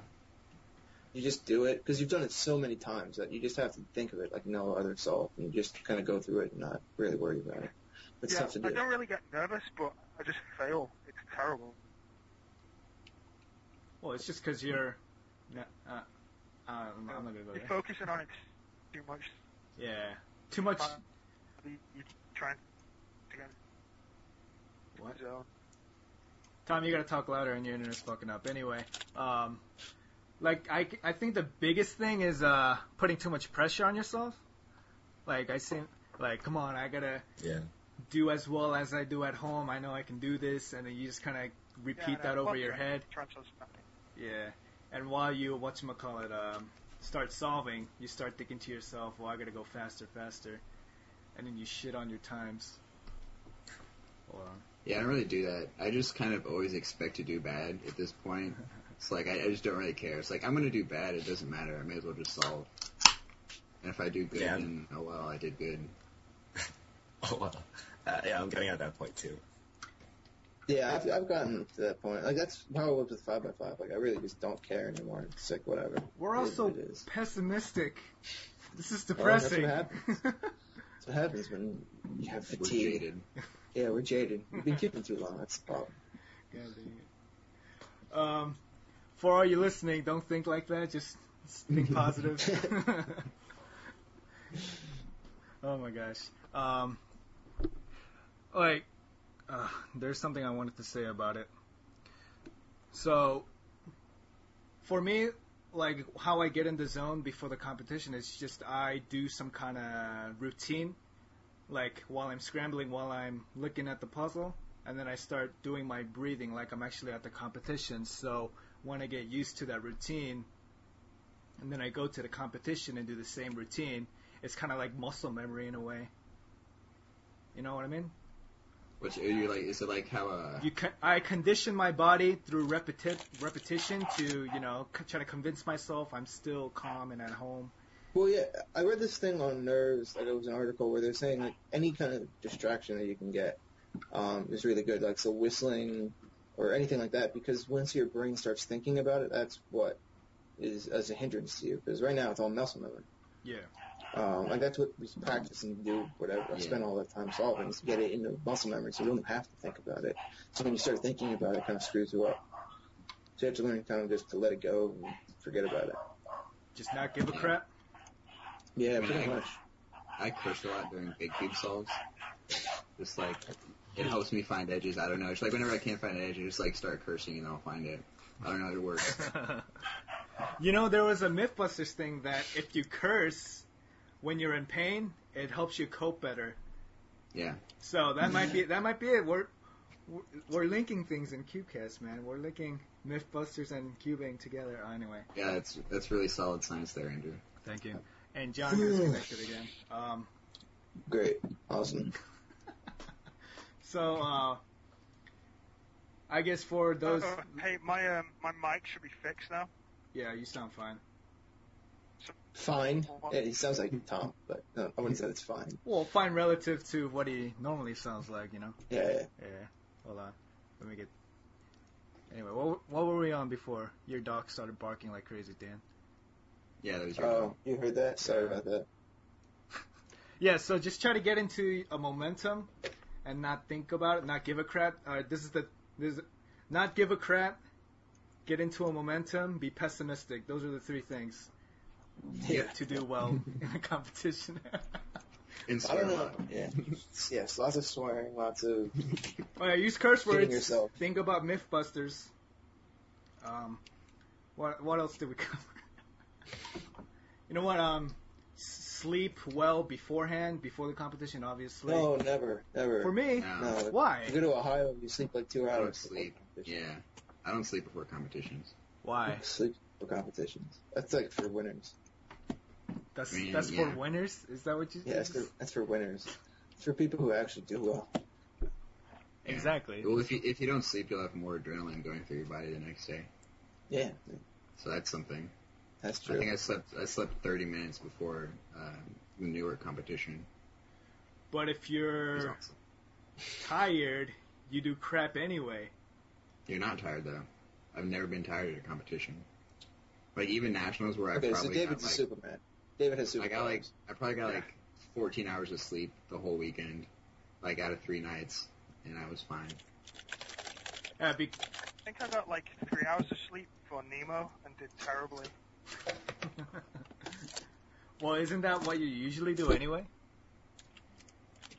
You just do it because you've done it so many times that you just have to think of it like no other solve, and you just kind of go through it and not really worry about it. It's yeah, tough to I do. don't really get nervous, but I just fail. It's terrible. well, it's just because you're. Uh, uh, I'm I'm not gonna go You're there. focusing on it too much. Yeah, too much. You, you trying to get What? in the zone. Tom, you gotta talk louder and your internet's fucking up. Anyway, um, like I, I think the biggest thing is uh putting too much pressure on yourself. Like I seem like come on, I gotta Yeah. do as well as I do at home. I know I can do this, and then you just kind of repeat Yeah, no, that over fuck your that. head. Trying to stop it. Yeah, and while you whatchamacallit, um, start solving, you start thinking to yourself, "Well, I gotta go faster, faster," and then you shit on your times. Hold on. Yeah, I don't really do that. I just kind of always expect to do bad at this point. It's like I, I just don't really care. It's like I'm gonna do bad. It doesn't matter. I may as well just solve. And if I do good, Yeah. then oh well, I did good. Oh wow. Uh, yeah, I'm getting at that point too. Yeah, I've, I've gotten to that point. Like that's how it was with five by five. Like I really just don't care anymore. It's like whatever. We're It is also what it is. pessimistic. This is Well, Oh, that's what depressing. That's what happens when you have We're fatigue. jaded. Yeah, we're jaded. We've been keeping too long. That's the problem. God dang it. Um, for all you listening, don't think like that. Just think positive. oh my gosh. Um, like uh, there's something I wanted to say about it. So for me, like how I get in the zone before the competition is just I do some kind of routine, like while I'm scrambling, while I'm looking at the puzzle, and then I start doing my breathing like I'm actually at the competition. So when I get used to that routine, and then I go to the competition and do the same routine, it's kind of like muscle memory in a way. You know what I mean? Which are you like? Is it like how uh, you con- I condition my body through repeti- repetition to you know c- try to convince myself I'm still calm and at home. Well, yeah, I read this thing on Nerves. Like it was an article where they're saying like any kind of distraction that you can get um, is really good. Like so, whistling or anything like that, because once your brain starts thinking about it, that's what is as a hindrance to you. Because right now it's all muscle memory. Yeah. Um, like that's what we practice and do whatever. I Yeah. spend all that time solving is to get it into muscle memory, so you don't have to think about it. So when you start thinking about it, it kind of screws you up. So you have to learn kind of just to let it go and forget about it. Just not give a crap. Yeah, Yeah. pretty much. I curse a lot during big cube solves. Just like it helps me find edges. I don't know. It's like whenever I can't find an edge, I just like start cursing and I'll find it. I don't know how it works. you know there was a MythBusters thing that if you curse when you're in pain, it helps you cope better. Yeah. So that might be that might be it. We're we're- we're linking things in CubeCast, man. We're linking MythBusters and Cubing together. Oh, anyway, Yeah, that's that's really solid science there, Andrew. thank you. And John gets connected again. Um, Great, awesome. So, uh, I guess for those, Uh, hey, my um, my mic should be fixed now. yeah, you sound fine. Fine. Yeah, he sounds like Tom, but no, I wouldn't say it's fine. Well, fine relative to what he normally sounds like, you know. Yeah, yeah. Yeah. Hold on, let me get. Anyway, what what were we on before your dog started barking like crazy, Dan? Yeah, that was your. Oh, you heard that? Sorry about that. Yeah. So just try to get into a momentum, and not think about it, not give a crap. Uh, this is the this, is- not give a crap. Get into a momentum. Be pessimistic. Those are the three things Yeah. to do well in a competition. And I swear don't a know. lot. Yeah. Yes, lots of swearing, lots of All right, Oh, use curse Kidding words. yourself. Think about MythBusters. Um, what what else did we cover? you know what? Um, s- sleep well beforehand, before the competition, obviously. Oh, no, never, never. For me, No, no. why? You go to Ohio, you sleep like two I hours. don't sleep. Yeah, I don't sleep before competitions. Why? Sleep for competitions. That's like for winners. That's Man, that's yeah. for winners. Is that what you? Yeah, that's for, that's for winners. It's for people who actually do well. Exactly. Well, if you if you don't sleep, you'll have more adrenaline going through your body the next day. Yeah, So that's something. that's I true. think I slept I slept 30 minutes before uh, the Newark competition. But if It was you're awesome. tired, you do crap anyway. You're not tired though. I've never been tired at a competition. Like even nationals where I okay, so probably David's got, a like, Superman. David has superpowers. I got like I probably got like 14 hours of sleep the whole weekend, like out of three nights, and I was fine. Yeah, be- I think I got like three hours of sleep for Nemo and did terribly. well, isn't that what you usually do anyway?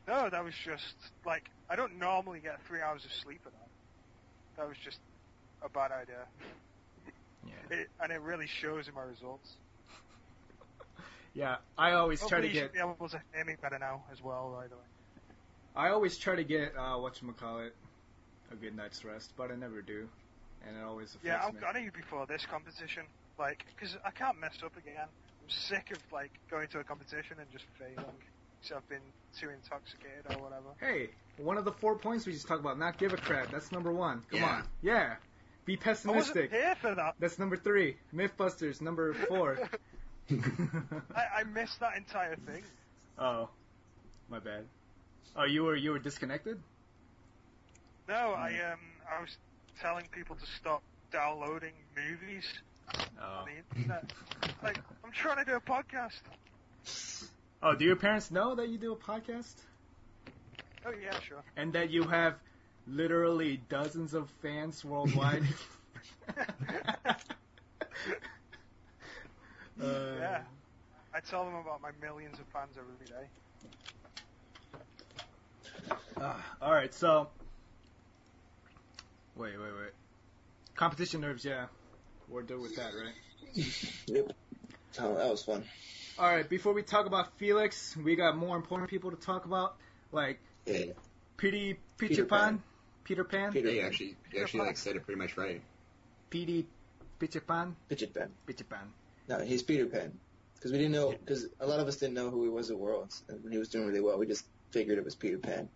No, that was just like I don't normally get three hours of sleep at night. That was just a bad idea, Yeah. it, and it really shows in my results. Yeah, I always try to Hopefully you get. should be able to hear me better now as well, by the way. I always try to get uh, whatchamacallit, a good night's rest, but I never do, and it always affects Yeah, me. I, I knew before this competition, like, because I can't mess up again. I'm sick of like going to a competition and just failing. So I've been too intoxicated or whatever. Hey, one of the four points we just talked about, not give a crap. That's number one. Come Yeah. on, yeah. Be I wasn't pessimistic. here for that. That's number three. MythBusters number four. I, I missed that entire thing. oh, my bad. Oh, you were you were disconnected. No, I um, I was telling people to stop downloading movies Oh. on the internet. like, I'm trying to do a podcast. Oh, do your parents know that you do a podcast Oh yeah, sure. and that you have literally dozens of fans worldwide? Uh, Yeah. I tell them about my millions of fans every day. Ah, all right, so wait, wait, wait. Competition nerves, yeah. We're done with that, right? Yep. Oh, that was fun. All right, before we talk about Felix, we got more important people to talk about, like Yeah. PD Peter, Peter Pan, Pan. Peter Pan, Peter, They actually, you actually like said it pretty much right. PD Peter Pan, Fidget Pan. Peter Pan. No, he's Peter Pan. Because we didn't know, because a lot of us didn't know who he was at Worlds. And when he was doing really well, we just figured it was Peter Pan.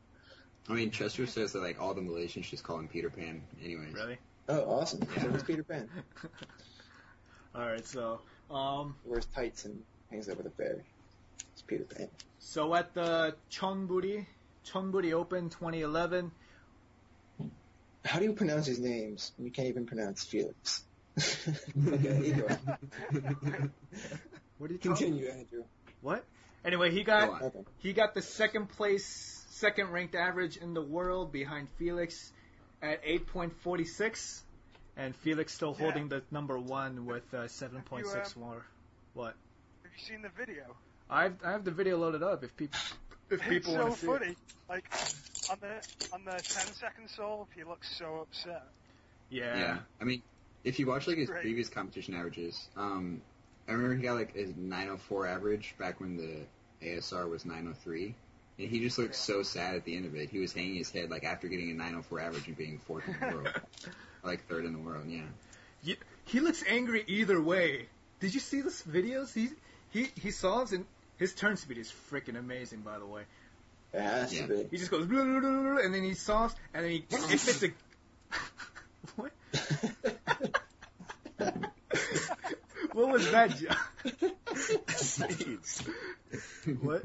I mean, Chester says that like all the Malaysians just call him Peter Pan, anyways. Really? Oh, awesome. So it was Peter Pan. all right, so um, He wears tights and hangs out with a bear. It's Peter Pan. so at the Chonburi Chonburi Open 2011, How do you pronounce his names? You can't even pronounce Felix. okay, either way. what did you call it? Continue, Andrew. What? Anyway, he Go got on. Okay. He got the second place, second ranked average in the world behind Felix at 8.46, and Felix still Yeah. holding the number one with uh, 7.6 You, more. Have you seen the video? I have, I have the video loaded up if people if It's people so want to see it. funny. Like on the on the 10 second solve, he looks so upset. Yeah. Yeah. I mean, if you watch like his Right. previous competition averages, um, I remember he got like his 904 average back when the ASR was 903, and he just looked so sad at the end of it. He was hanging his head like after getting a 904 average and being fourth in the world, Or, like third in the world. Yeah. He looks angry either way. Did you see this videos? He he he solves and his turn speed is freaking amazing. By the way, It has Yeah. to be. he just goes "Blah, blah, blah, blah," and then he solves and then he if it's a what what was that? Joe? Sneeze. What?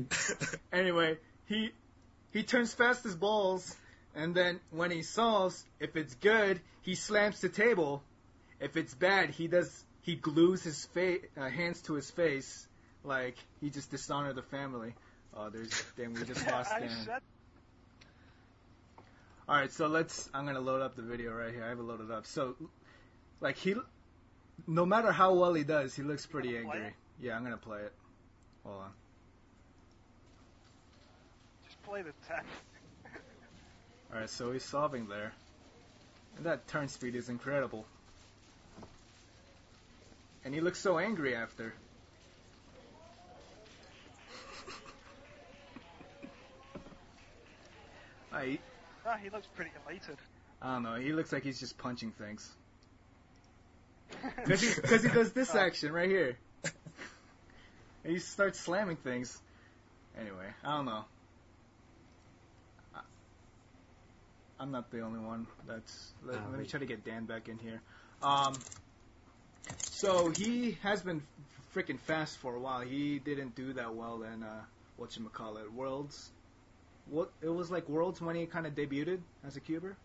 Anyway, he he turns fast as balls, and then when he solves, if it's good, he slams the table. If it's bad, he does he glues his fa- uh, hands to his face, like he just dishonored the family. Oh, there's then we just lost I Dan. said All right, so let's. I'm gonna load up the video right here. I have it loaded up. So, like he, no matter how well he does, he looks pretty Wanna play angry. Yeah, I'm gonna play it. Hold on. just play the 10. All right, so he's solving there, and that turn speed is incredible. And he looks so angry after. I Nah, Ah, he looks pretty elated. I don't know. He looks like he's just punching things. Because he, 'cause he does this action right here. And he starts slamming things. Anyway, I don't know. I, I'm not the only one. That's. Let, Oh, let me wait. try to get Dan back in here. Um, so he has been freaking fast for a while. He didn't do that well in uh, whatchamacallit, Worlds. What It was like Worlds when he kind of debuted as a cuber?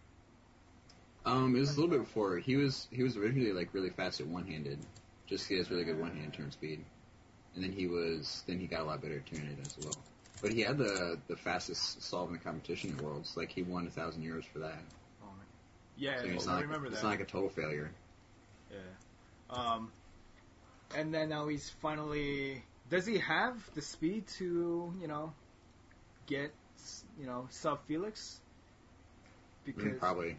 Um, it was a little bit before. He was he was originally like really fast at one-handed, just 'cause he has really good one-hand turn speed, and then he was then he got a lot better at two-handed as well. But he had the the fastest solve in the competition in worlds. Like he won a thousand euros for that. Yeah, So it's I not, like- remember that. It's not like a total failure. Um, and then now he's finally. Does he have the speed to you know get you know sub Felix? Mm, Because Probably.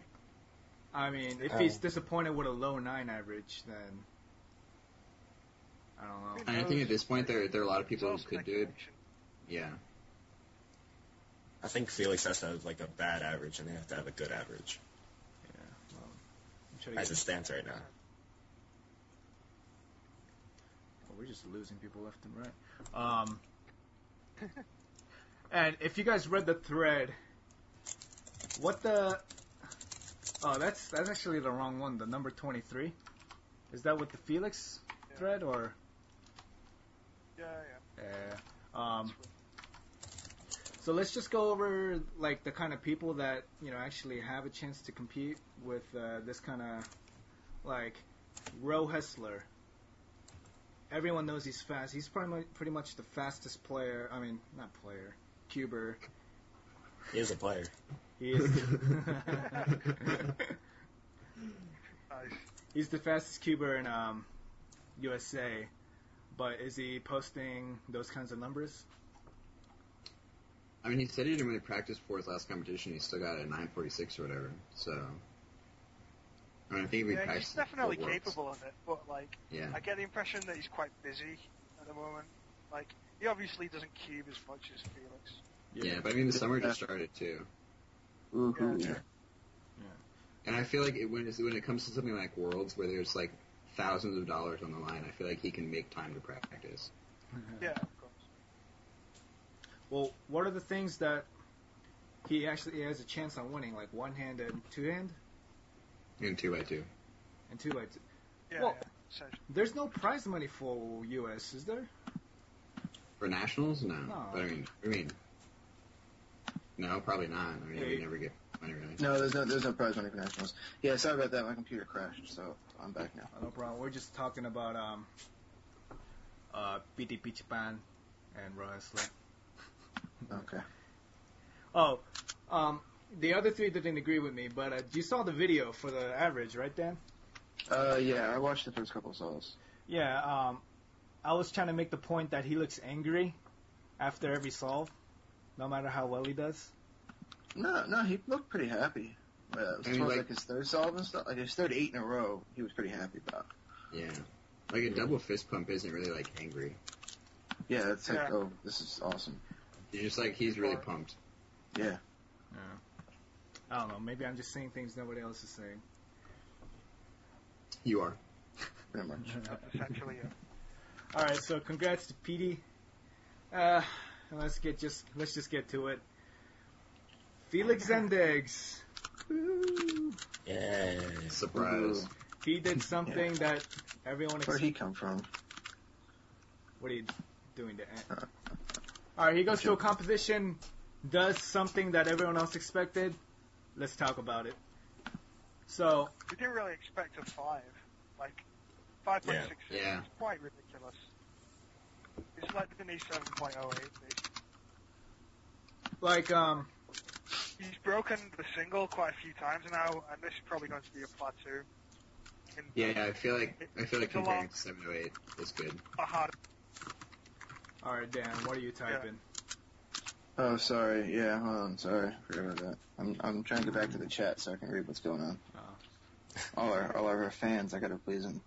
I mean, if Oh. he's disappointed with a low nine average, then I don't know. Who And I knows? think at this point there there are a lot of people who It's all could do it. speculation. Yeah. I think Felix has to have like a bad average, and they have to have a good average I'm trying to as get- it stands right now. Well, we're just losing people left and right. Um, and if you guys read the thread, what the? Oh, that's that's actually the wrong one. The number twenty-three. Is that with the Felix Yeah. thread or? Yeah, Uh, um, so let's just go over like the kind of people that you know actually have a chance to compete with uh, this kind of like row hustler. Everyone knows he's fast. He's pretty much, pretty much the fastest player. I mean, not player, cuber. He is a player. He is. yeah. Nice. he's the fastest cuber in um, USA, but is he posting those kinds of numbers? I mean, he said he didn't really practice for his last competition. He still got a 946 or whatever. So, I mean, I think he Yeah, he's practiced. definitely for Worlds. capable of it, but like Yeah. I get the impression that he's quite busy at the moment. Like he obviously doesn't cube as much as Felix. yeah, but I mean, the summer just started too. Woohoo. Yeah. And I feel like it, when, it's, when it comes to something like Worlds, where there's like thousands of dollars on the line, I feel like he can make time to practice. Yeah, of course. Well, what are the things that he actually has a chance on winning? Like one hand and two hand In two by two. and two by two. Yeah, Well- yeah. So, There's no prize money for U.S. Is there? For nationals, no. No. But I mean, I mean, no, probably not. I mean, Yeah, we you- never get money really. No, there's no there's no prize money for nationals. Yeah, sorry about that. My computer crashed, so I'm back now. Oh, no problem. We're just talking about um uh PT Peach Pan and Rohan Slip. Okay. Oh, um. The other three didn't agree with me, but uh, you saw the video for the average, right, Dan? Uh, yeah, I watched the first couple of solos. Yeah, um, I was trying to make the point that he looks angry after every solve, no matter how well he does. No, no, he looked pretty happy. Uh, as I mean, far as, like- like his third solve and stuff, like his third eight in a row, he was pretty happy about. Yeah. Like a double fist pump isn't really like angry. Yeah, that's like, Yeah. oh, this is awesome. You're just like he's really Or- pumped. I don't know, maybe I'm just saying things nobody else is saying. You are. Pretty much. that's essentially it. All right, so congrats to PD. Uh, and let's get just let's just get to it. Felix Zendegs. Woo. Yeah. Surprise. He did something that everyone. Ex- Where'd he come from? What are you doing to Ant? All right, he goes to a composition, does something that everyone else expected. Let's talk about it. So, We didn't really expect a five. Like five point six six Yeah. is quite ridiculous. It's like the new seven point oh eight. like, um, He's broken the single quite a few times now, and this is probably going to be a plateau. In Yeah, yeah, I feel like I feel It's like a comparing lot. to seven to eight is good. a hard all right, Dan, what are you typing? Oh, sorry. Yeah, hold on. Sorry, forgot about that. I'm I'm trying to get back to the chat so I can read what's going on. Oh. All our all of our fans, I gotta please them.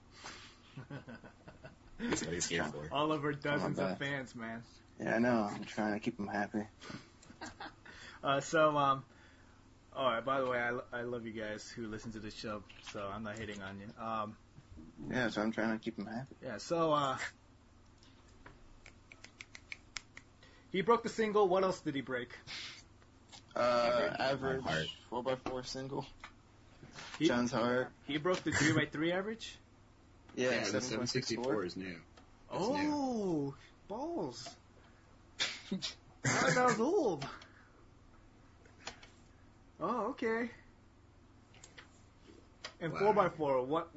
That's what he's here for. Oliver, dozens Come on of back. fans, man. Yeah, I know. I'm trying to keep them happy. Uh, so, um, all right, by the way, I, lo- I love you guys who listen to the show, so I'm not hating on you. Um, Yeah, so I'm trying to keep them happy. Yeah, so uh He broke the single. What else did he break? Uh, Average. Hard. average four by four single. He, John's heart. he broke the 3 by 3 average? Yeah, yeah the 7.64. 764 is new. That's new. Oh, balls. I thought that was old. Oh, okay. And Wow. 4 by 4 what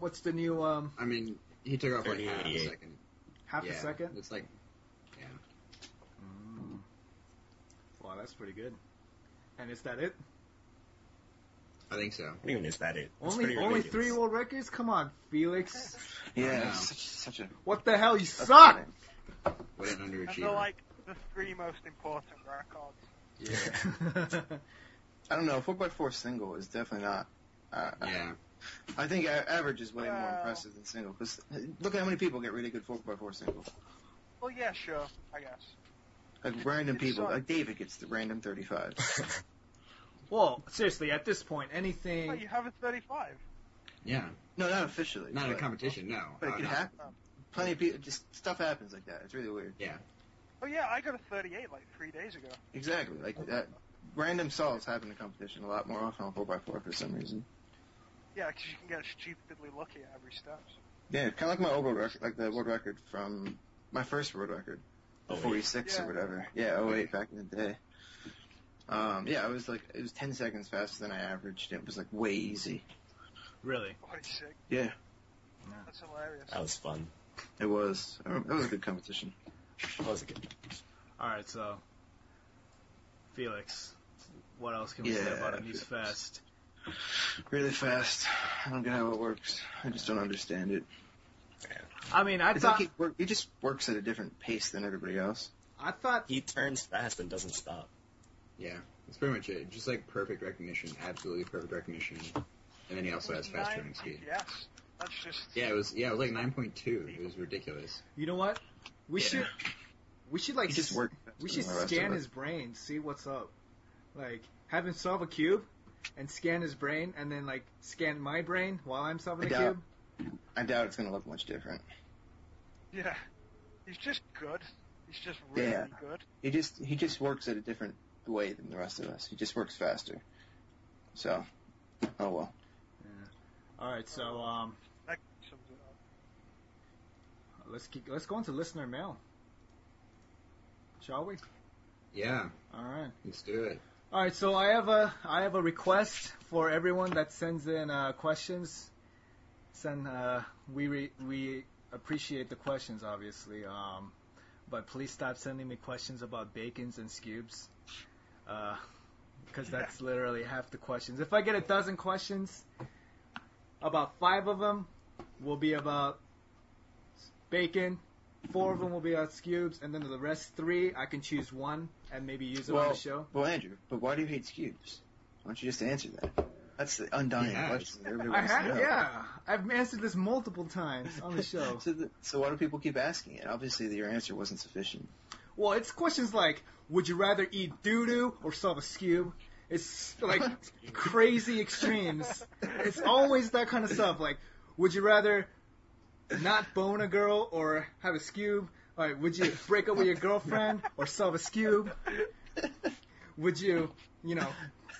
what's the new um I mean, he took off like half a 38. second. half yeah, a second? It's like Mm. Wow, that's pretty good. And is that it? I think so. What even is that? It. That's only pretty only ridiculous. three world records? Come on, Felix. I know. Yeah, it's such, such a What the hell? You that's suck. funny. What an And they're underachiever. like the three most important records. I don't know. Four by four single is definitely not. Uh, yeah. I think a- average is way more Well. impressive than single. Because look at how many people get really good four by four single. Well, yeah, sure, I guess. Like random It's people. so- Like David gets the random thirty five. well, seriously, at this point, Well, anything. you have a 35. Yeah. No, not officially. Not in a but- competition, no. But it Oh, could no. happen. Um, Plenty of people. Just stuff happens like that. It's really weird. Oh yeah, I got a 38 like three days ago. Exactly. Like that. Random solves happen in competition a lot more often on four by four for some reason. Yeah, 'cause you can get stupidly lucky at every step. Yeah, kind of like my old world record, like the world record from my first world record, Oh, wait. 46 Yeah. or whatever. Yeah, 08 back in the day. Um, yeah, I was like, it was 10 seconds faster than I averaged. It was like way easy. Really? 46. Yeah. That's hilarious. That was fun. It was. Oh, That was a good competition. That was a good. Alright, so. Felix. What else can we say Yeah, about him? He's Felix. fast. Really fast. I don't get how it works. I just don't understand it. I mean, I It's thought. like he, work, he just works at a different pace than everybody else. I thought He turns fast and doesn't stop. Yeah, that's pretty much it. Just like perfect recognition, absolutely perfect recognition, and then he also has fast turning speed. Yes, that's just. Yeah, it was yeah, it was like 9.2. It was ridiculous. you know what we Yeah. should we should like He just s- worked. we should than the rest scan of his brain, see what's up. Like have him solve a cube and scan his brain, and then like scan my brain while I'm solving I the doubt- cube. I doubt it's gonna look much different. Yeah. He's just good. He's just really Yeah. good. He just he just works at a different way than the rest of us. He just works faster. So, oh well. All right, so um, That sums it up. let's keep let's go into listener mail, shall we? Yeah, All right. let's do it. All right, so I have a I have a request for everyone that sends in uh, questions. Send uh, we re, we appreciate the questions, obviously. Um, but please stop sending me questions about bacon's and scubes, because that's literally half the questions. If I get a dozen questions, about five of them will be about bacon. Four of them will be about scubes, and then the rest three I can choose one and maybe use it on Well, the show. well, Andrew, but why do you hate cubes? Why don't you just answer that? That's the undying He has. question. that everybody I wants to have, know. yeah. I've answered this multiple times on the show. so, the, so why do people keep asking it? Obviously, your answer wasn't sufficient. Well, it's questions like, would you rather eat doo doo or solve a skew? It's like crazy extremes. It's always that kind of stuff. Like, would you rather not bone a girl or have a skew? Like, would you break up with your girlfriend or solve a skew? Would you, you know,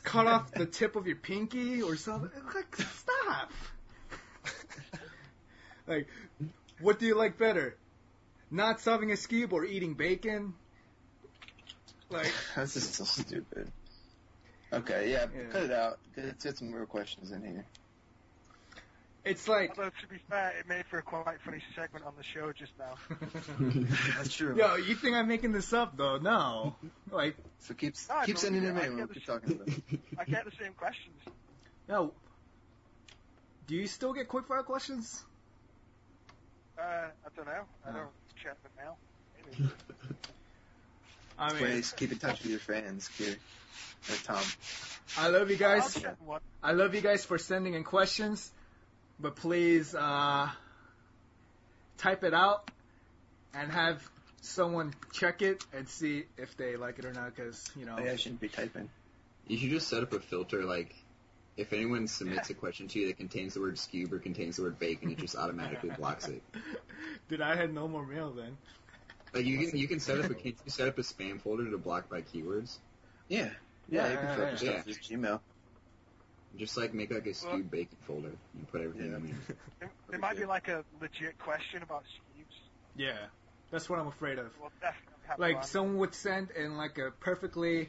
cut off the tip of your pinky or something? Like, stop. like, what do you like better? Not solving a skew or eating bacon? Like, That's just so stupid. Okay, yeah, Yeah. cut it out. Let's get some real questions in here. it's like, Although, to be fair, it made for a quite funny segment on the show just now. That's true. yo, you think I'm making this up though? No. Like, So keep No, I keep believe sending it. them I in. We'll get keep talking about it. I get the same questions. no. Do you still get quickfire questions? Uh, I don't know. Hmm. I No. don't check the mail. I mean, Please keep in touch with your fans, Kier. Or Tom. I love you guys. I'll check one. I love you guys for sending in questions, but please uh, type it out and have someone check it and see if they like it or not. Because you know, Maybe I shouldn't be typing. You should just set up a filter like if anyone submits a question to you that contains the word skewb or contains the word bacon, it just automatically blocks it. dude, I had no more mail then. Like you can you can set up a can you set up a spam folder to block by keywords. Yeah. Yeah, Yeah, you yeah, can filter yeah. stuff with Gmail. Just like make like a skewb bacon folder and put everything in there. There, there might be like a legit question about skews. Yeah, that's what I'm afraid of. We'll definitely have Like one. someone would send in like a perfectly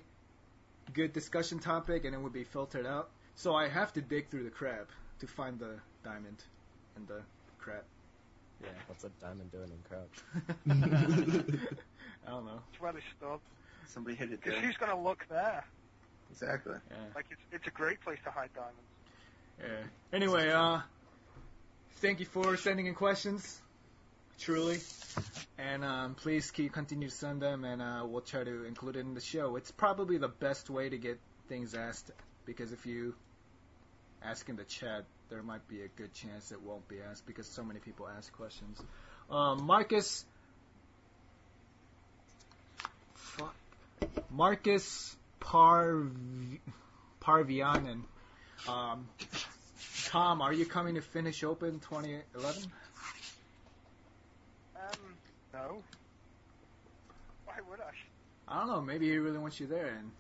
good discussion topic, and it would be filtered out. So I have to dig through the crap to find the diamond and the crap. What's a diamond doing in crowd? I don't know. It's where they stop. Somebody hit it Because there. who's going to look there? Exactly. Like, it's, it's a great place to hide diamonds. Yeah. Anyway, uh, thank you for sending in questions, truly, and um, please keep continue to send them, and uh, we'll try to include it in the show. It's probably the best way to get things asked because if you ask in the chat, there might be a good chance it won't be asked because so many people ask questions. Um, Marcus, fuck, Marcus Parv, Parvianen. Um, Tom, are you coming to finish open 2011? Um, no. Why would I? I don't know. Maybe he really wants you there, and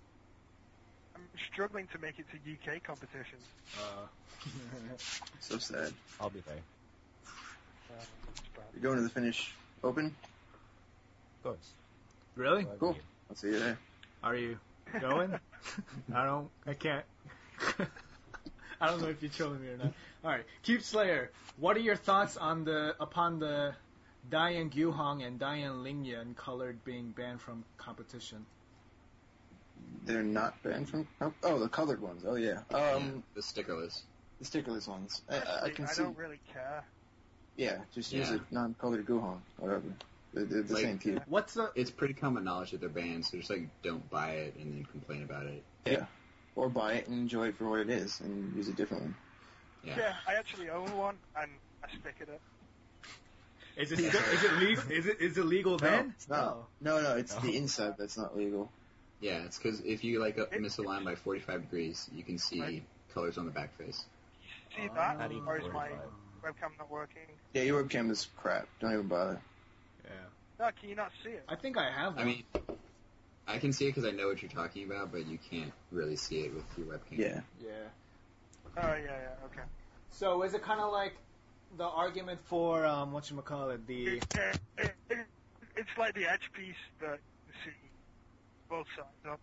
I'm struggling to make it to UK competitions. uh, So sad. I'll be there. Um, it's bad. You're going to the finish open? Of course. really, Cool. I'll see you there. are you going? I don't. I can't. I don't know if you're trolling me or not. All right, Cube Slayer. What are your thoughts on the upon the Diane Guhong and Diane Lingyan colored being banned from competition? They're not banned from. Oh, oh, the colored ones. Oh yeah. Um, Yeah, the stickerless. the stickerless ones. I, I- I Honestly, can I see. don't really care. Yeah, just use Yeah. a non-colored Gohan, whatever. They're, they're the Like- same people. What's the It's pretty common knowledge that they're banned, so just like don't buy it and then complain about it. Or buy it and enjoy it for what it is and use a different one. Yeah. Yeah, I actually own one and I stick it up. is it still, is it legal is it is it legal then? it's not. No, Oh. no, it's No. the inside that's not legal. Yeah, it's because if you like up, It- miss a line by 45 degrees, you can see Right. colors on the back face. See Oh. that? Not even Or is my 45. webcam not working? Yeah, your webcam is crap. Don't even bother. Yeah. No, can you not see it? I think I have one. I mean, I can see it because I know what you're talking about, but you can't really see it with your webcam. Yeah. yeah. Oh yeah, yeah, okay. So is it kind of like the argument for um what you call it the It, it, it, it's like the edge piece that you see both sides of.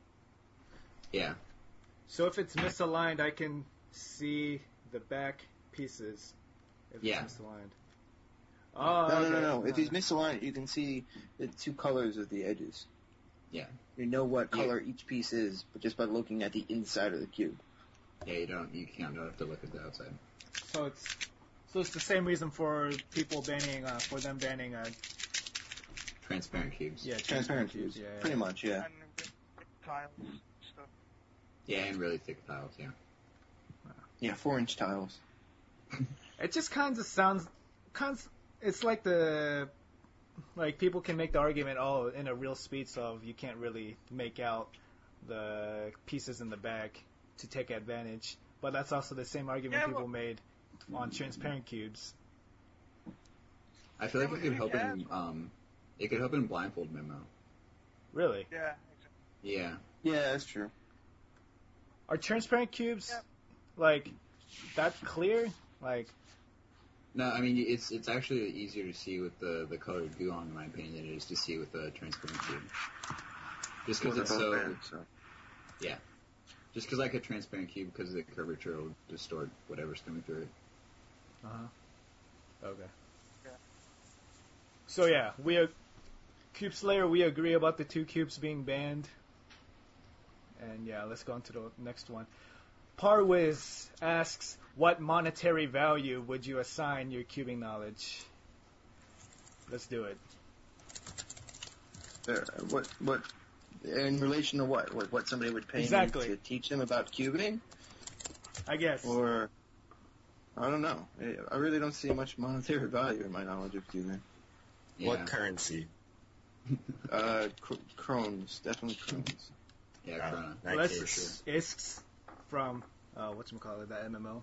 Yeah. so if it's misaligned I can see the back pieces if Yeah. it's misaligned. Oh no, no, okay. no, no, If he's misaligned, you can see the two colors of the edges. Yeah. You know what Yeah. color each piece is, but just by looking at the inside of the cube. Yeah, you don't, you can't, don't have to look at the outside. So it's so it's the same reason for people banning uh, for them banning uh, Transparent cubes. yeah Transparent cubes. Yeah, Pretty much, yeah. And with, with tiles and stuff. Yeah, and really thick tiles, yeah. Yeah, four inch tiles. It just kind of sounds kind it's like the like people can make the argument oh in a real speed solve you can't really make out the pieces in the back to take advantage. But that's also the same argument Yeah, people well- made on transparent cubes. I feel Yeah, like it but you could help can. in, um, it could help in blindfold memo. Really? Yeah, Yeah. Yeah, that's true. Are transparent cubes Yeah. like that clear? Like No, I mean it's it's actually easier to see with the the colored goo on, in my opinion, than it is to see with the transparent cube. Just because Well, it's they're both so, banned, so. just because like a transparent cube, because the curvature will distort whatever's coming through it. okay. Yeah. So yeah, we are Cube Slayer. We agree about the two cubes being banned. And yeah, let's go on to the next one. Parwiz asks, what monetary value would you assign your cubing knowledge? Let's do it. There, what what in relation to what what, what somebody would pay Exactly. me to teach them about cubing I guess. or I don't know. I- I really don't see much monetary value in my knowledge of cubing. Yeah. What currency? Uh, cr- crones, definitely crones. yeah, Uh, Corona. in Well, that that's case, Isks from uh, whatchamacallit, that MMO.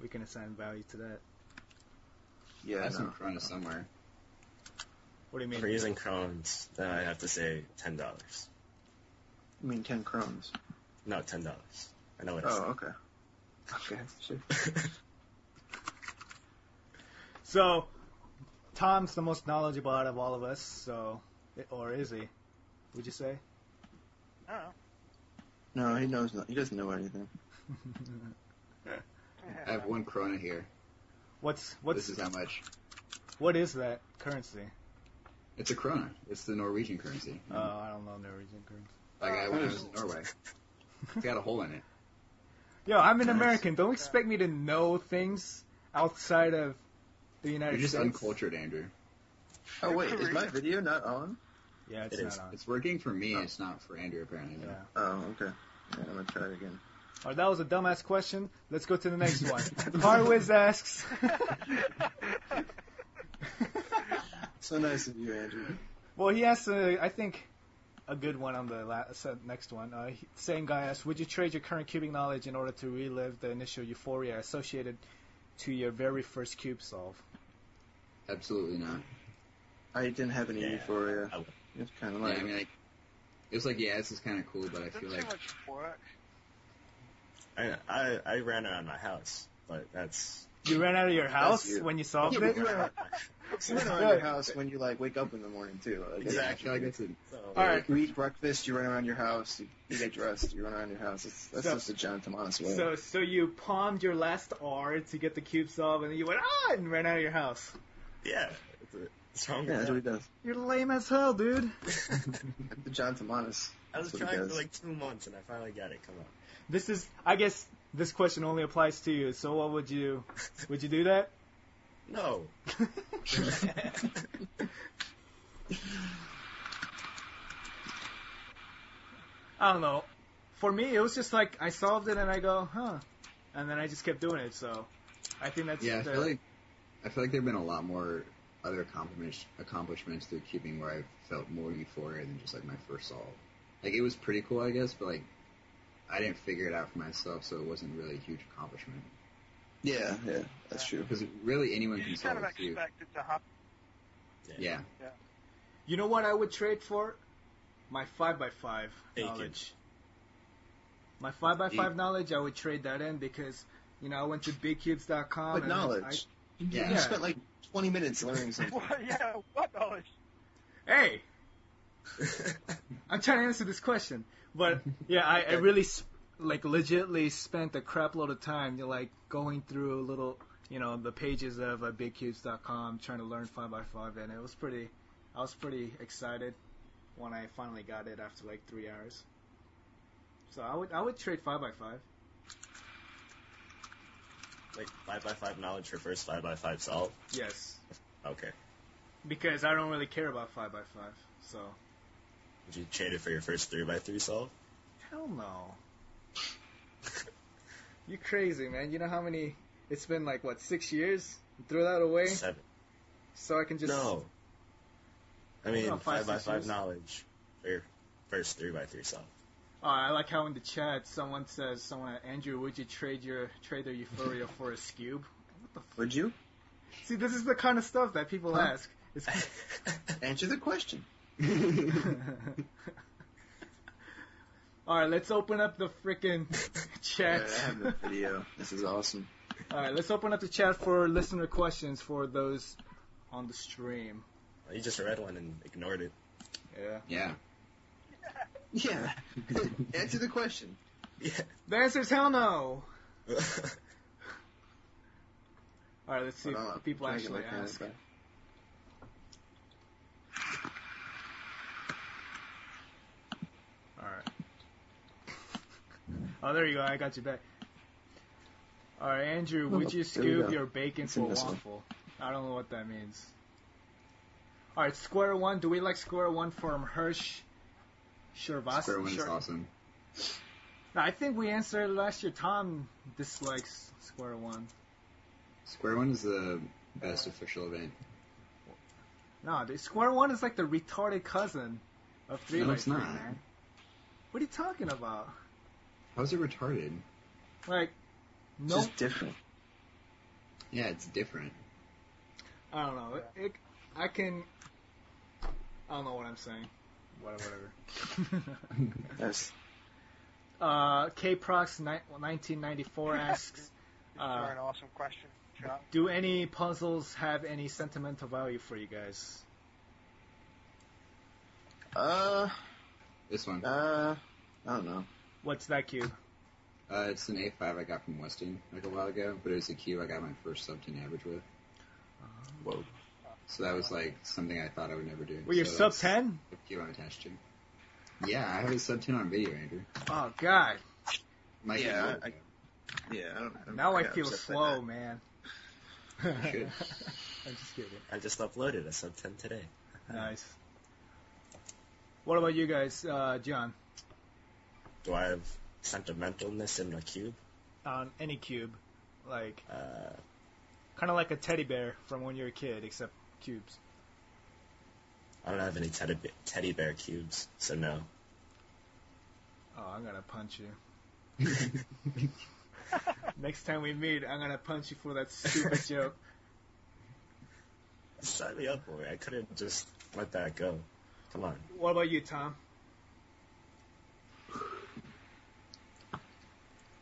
We can assign value to that. I Yeah, have some no. Corona somewhere. What do you mean? if we're using crones, then I have to say ten dollars. I mean ten crones. No, ten dollars. I know what Oh, okay. Okay, sure. I said. So, Tom's the most knowledgeable out of all of us, so, or is he? Would you say? I don't know. No, he knows. Not, he doesn't know anything. I have one Corona here. What's what's This is how much. what is that currency? It's a Corona. It's the Norwegian currency. Oh, I don't know Norwegian currency. Like I when I was in Oh. Norway, it's got a hole in it. Yo, I'm an Nice. American. Don't expect me to know things outside of the United You're just States. uncultured, Andrew. Oh wait, is my video not on? Yeah, it's It not is. on. It's working for me. It's not for Andrew apparently. though. Yeah. Oh, okay. Yeah, I'm gonna try it again. Or that was a dumbass question. Let's go to the next one. Harwiz asks. So nice of you, Andrew. Well, he asked, uh, I think, a good one on the la- so- next one. Uh, he- same guy asked, would you trade your current cubing knowledge in order to relive the initial euphoria associated to your very first cube solve? Absolutely not. I didn't have any Yeah. euphoria. I would. It's kind of Yeah, like I mean, like, it was like, yeah, this is kind of cool, but I It's feel too like much work. I, I I ran around my house, but that's You ran out of your house you. when you solved Yeah, but it? you All were- You run around your house when you like wake up in the morning too. Like, Yeah, I feel like that's a so, right. You eat breakfast, you run around your house, you, you get dressed, you run around your house. It's, that's So- just a John Tomatis way. So, so you palmed your last R to get the cube solve, and then you went ah and ran out of your house. yeah. It's, a- it's wrong yeah, that's what he with does. You're lame as hell, dude. that. That's The John Tomatis. I was That's what he trying for does. like two months and I finally got it. Come on. This is, I guess, this question only applies to you. So, what would you, would you do that? No. I don't know. For me, it was just like I solved it and I go, huh, and then I just kept doing it. So I think that's Yeah, I the, feel like I feel like there've been a lot more other accomplishments accomplishments through cubing where I felt more euphoria than just like my first solve. Like it was pretty cool, I guess, but like I didn't figure it out for myself, so it wasn't really a huge accomplishment. Yeah, yeah, that's true. Because really, anyone You can just kind solve of a cube. expect it to happen. Yeah, you know what I would trade for my five by five Bacon. knowledge. My five by five knowledge, I would trade that in because you know I went to bigcubes.com. But and I- knowledge. yeah. You spent like 20 minutes learning something. What, yeah, what Oh, knowledge? I, hey, I'm trying to answer this question, but yeah, I, I really sp- like legitly spent a crap load of time you know, like going through little you know the pages of uh, bigcubes.com trying to learn five by five, and it was pretty. I was pretty excited when I finally got it after like three hours. So I would I would trade five by five. like five by five knowledge reverse five by five solve. Yes, Okay. because I don't really care about five by five. So Would you trade it for your first three by three solve? hell no. You crazy man? You know how many? It's been like what six years? Throw that away. Seven. So I can just no. I mean Hold on, five, five, by six five years? knowledge for your first three by three solve. Oh, I like how in the chat someone says, "Someone Andrew, would you trade your trade their euphoria for a cube?" What the f- Would you? See, this is the kind of stuff that people Huh? ask. It's Answer the question. All right, let's open up the freaking Yeah, chat. I have the video. This is awesome. All right, let's open up the chat for listener questions for those on the stream. you just read one and ignored it. Yeah. yeah. Yeah. Answer the question. The answer is hell no. Yeah. All right, let's see Hold on, I'm if people trying to get my actually camera ask. back. Alright. Oh, there you go. I got you back. Alright, Andrew, Oh, would you there we scoop go. your bacon It's for in this one. waffle? I don't know what that means. Alright, Square One. Do we like Square One from Hirsch? Shervas? Square one is Sher- awesome. No, I think we answered last year. Tom dislikes Square One. Square one is the best official event. No, the Square One is like the retarded cousin of 3 by it's 3 not. man. What are you talking about? How's it retarded? Like, It's no just different. Yeah, it's different. I don't know. It, it, I can. I don't know what I'm saying. Whatever. whatever. That's, uh, Kprox ni- 1994 asks, You're uh, an awesome question. Chat. "Do any puzzles have any sentimental value for you guys?" uh, This one. uh, I don't know. What's that cube? Uh, it's an A5 I got from Weston like a while ago, but it was a cube I got my first sub 10 average with. Uh, Whoa. So that was like something I thought I would never do. Were you so sub that's 10? The cube I'm attached to. Yeah, I have a sub 10 on video, Andrew. Oh God! My Yeah, kid- Yeah, I don't know. Now I got feel upset by slow, that. man. should. I'm just kidding. I just uploaded a sub ten today. Nice. What about you guys, uh, John? Do I have sentimentalness in a cube? On any cube, like Uh, kind of like a teddy bear from when you were a kid, except cubes. I don't have any teddy teddy bear cubes, so no. Oh, I'm gonna punch you. Next time we meet, I'm gonna punch you for that stupid joke. Sign me up for it. I couldn't just let that go. Come on. What about you, Tom?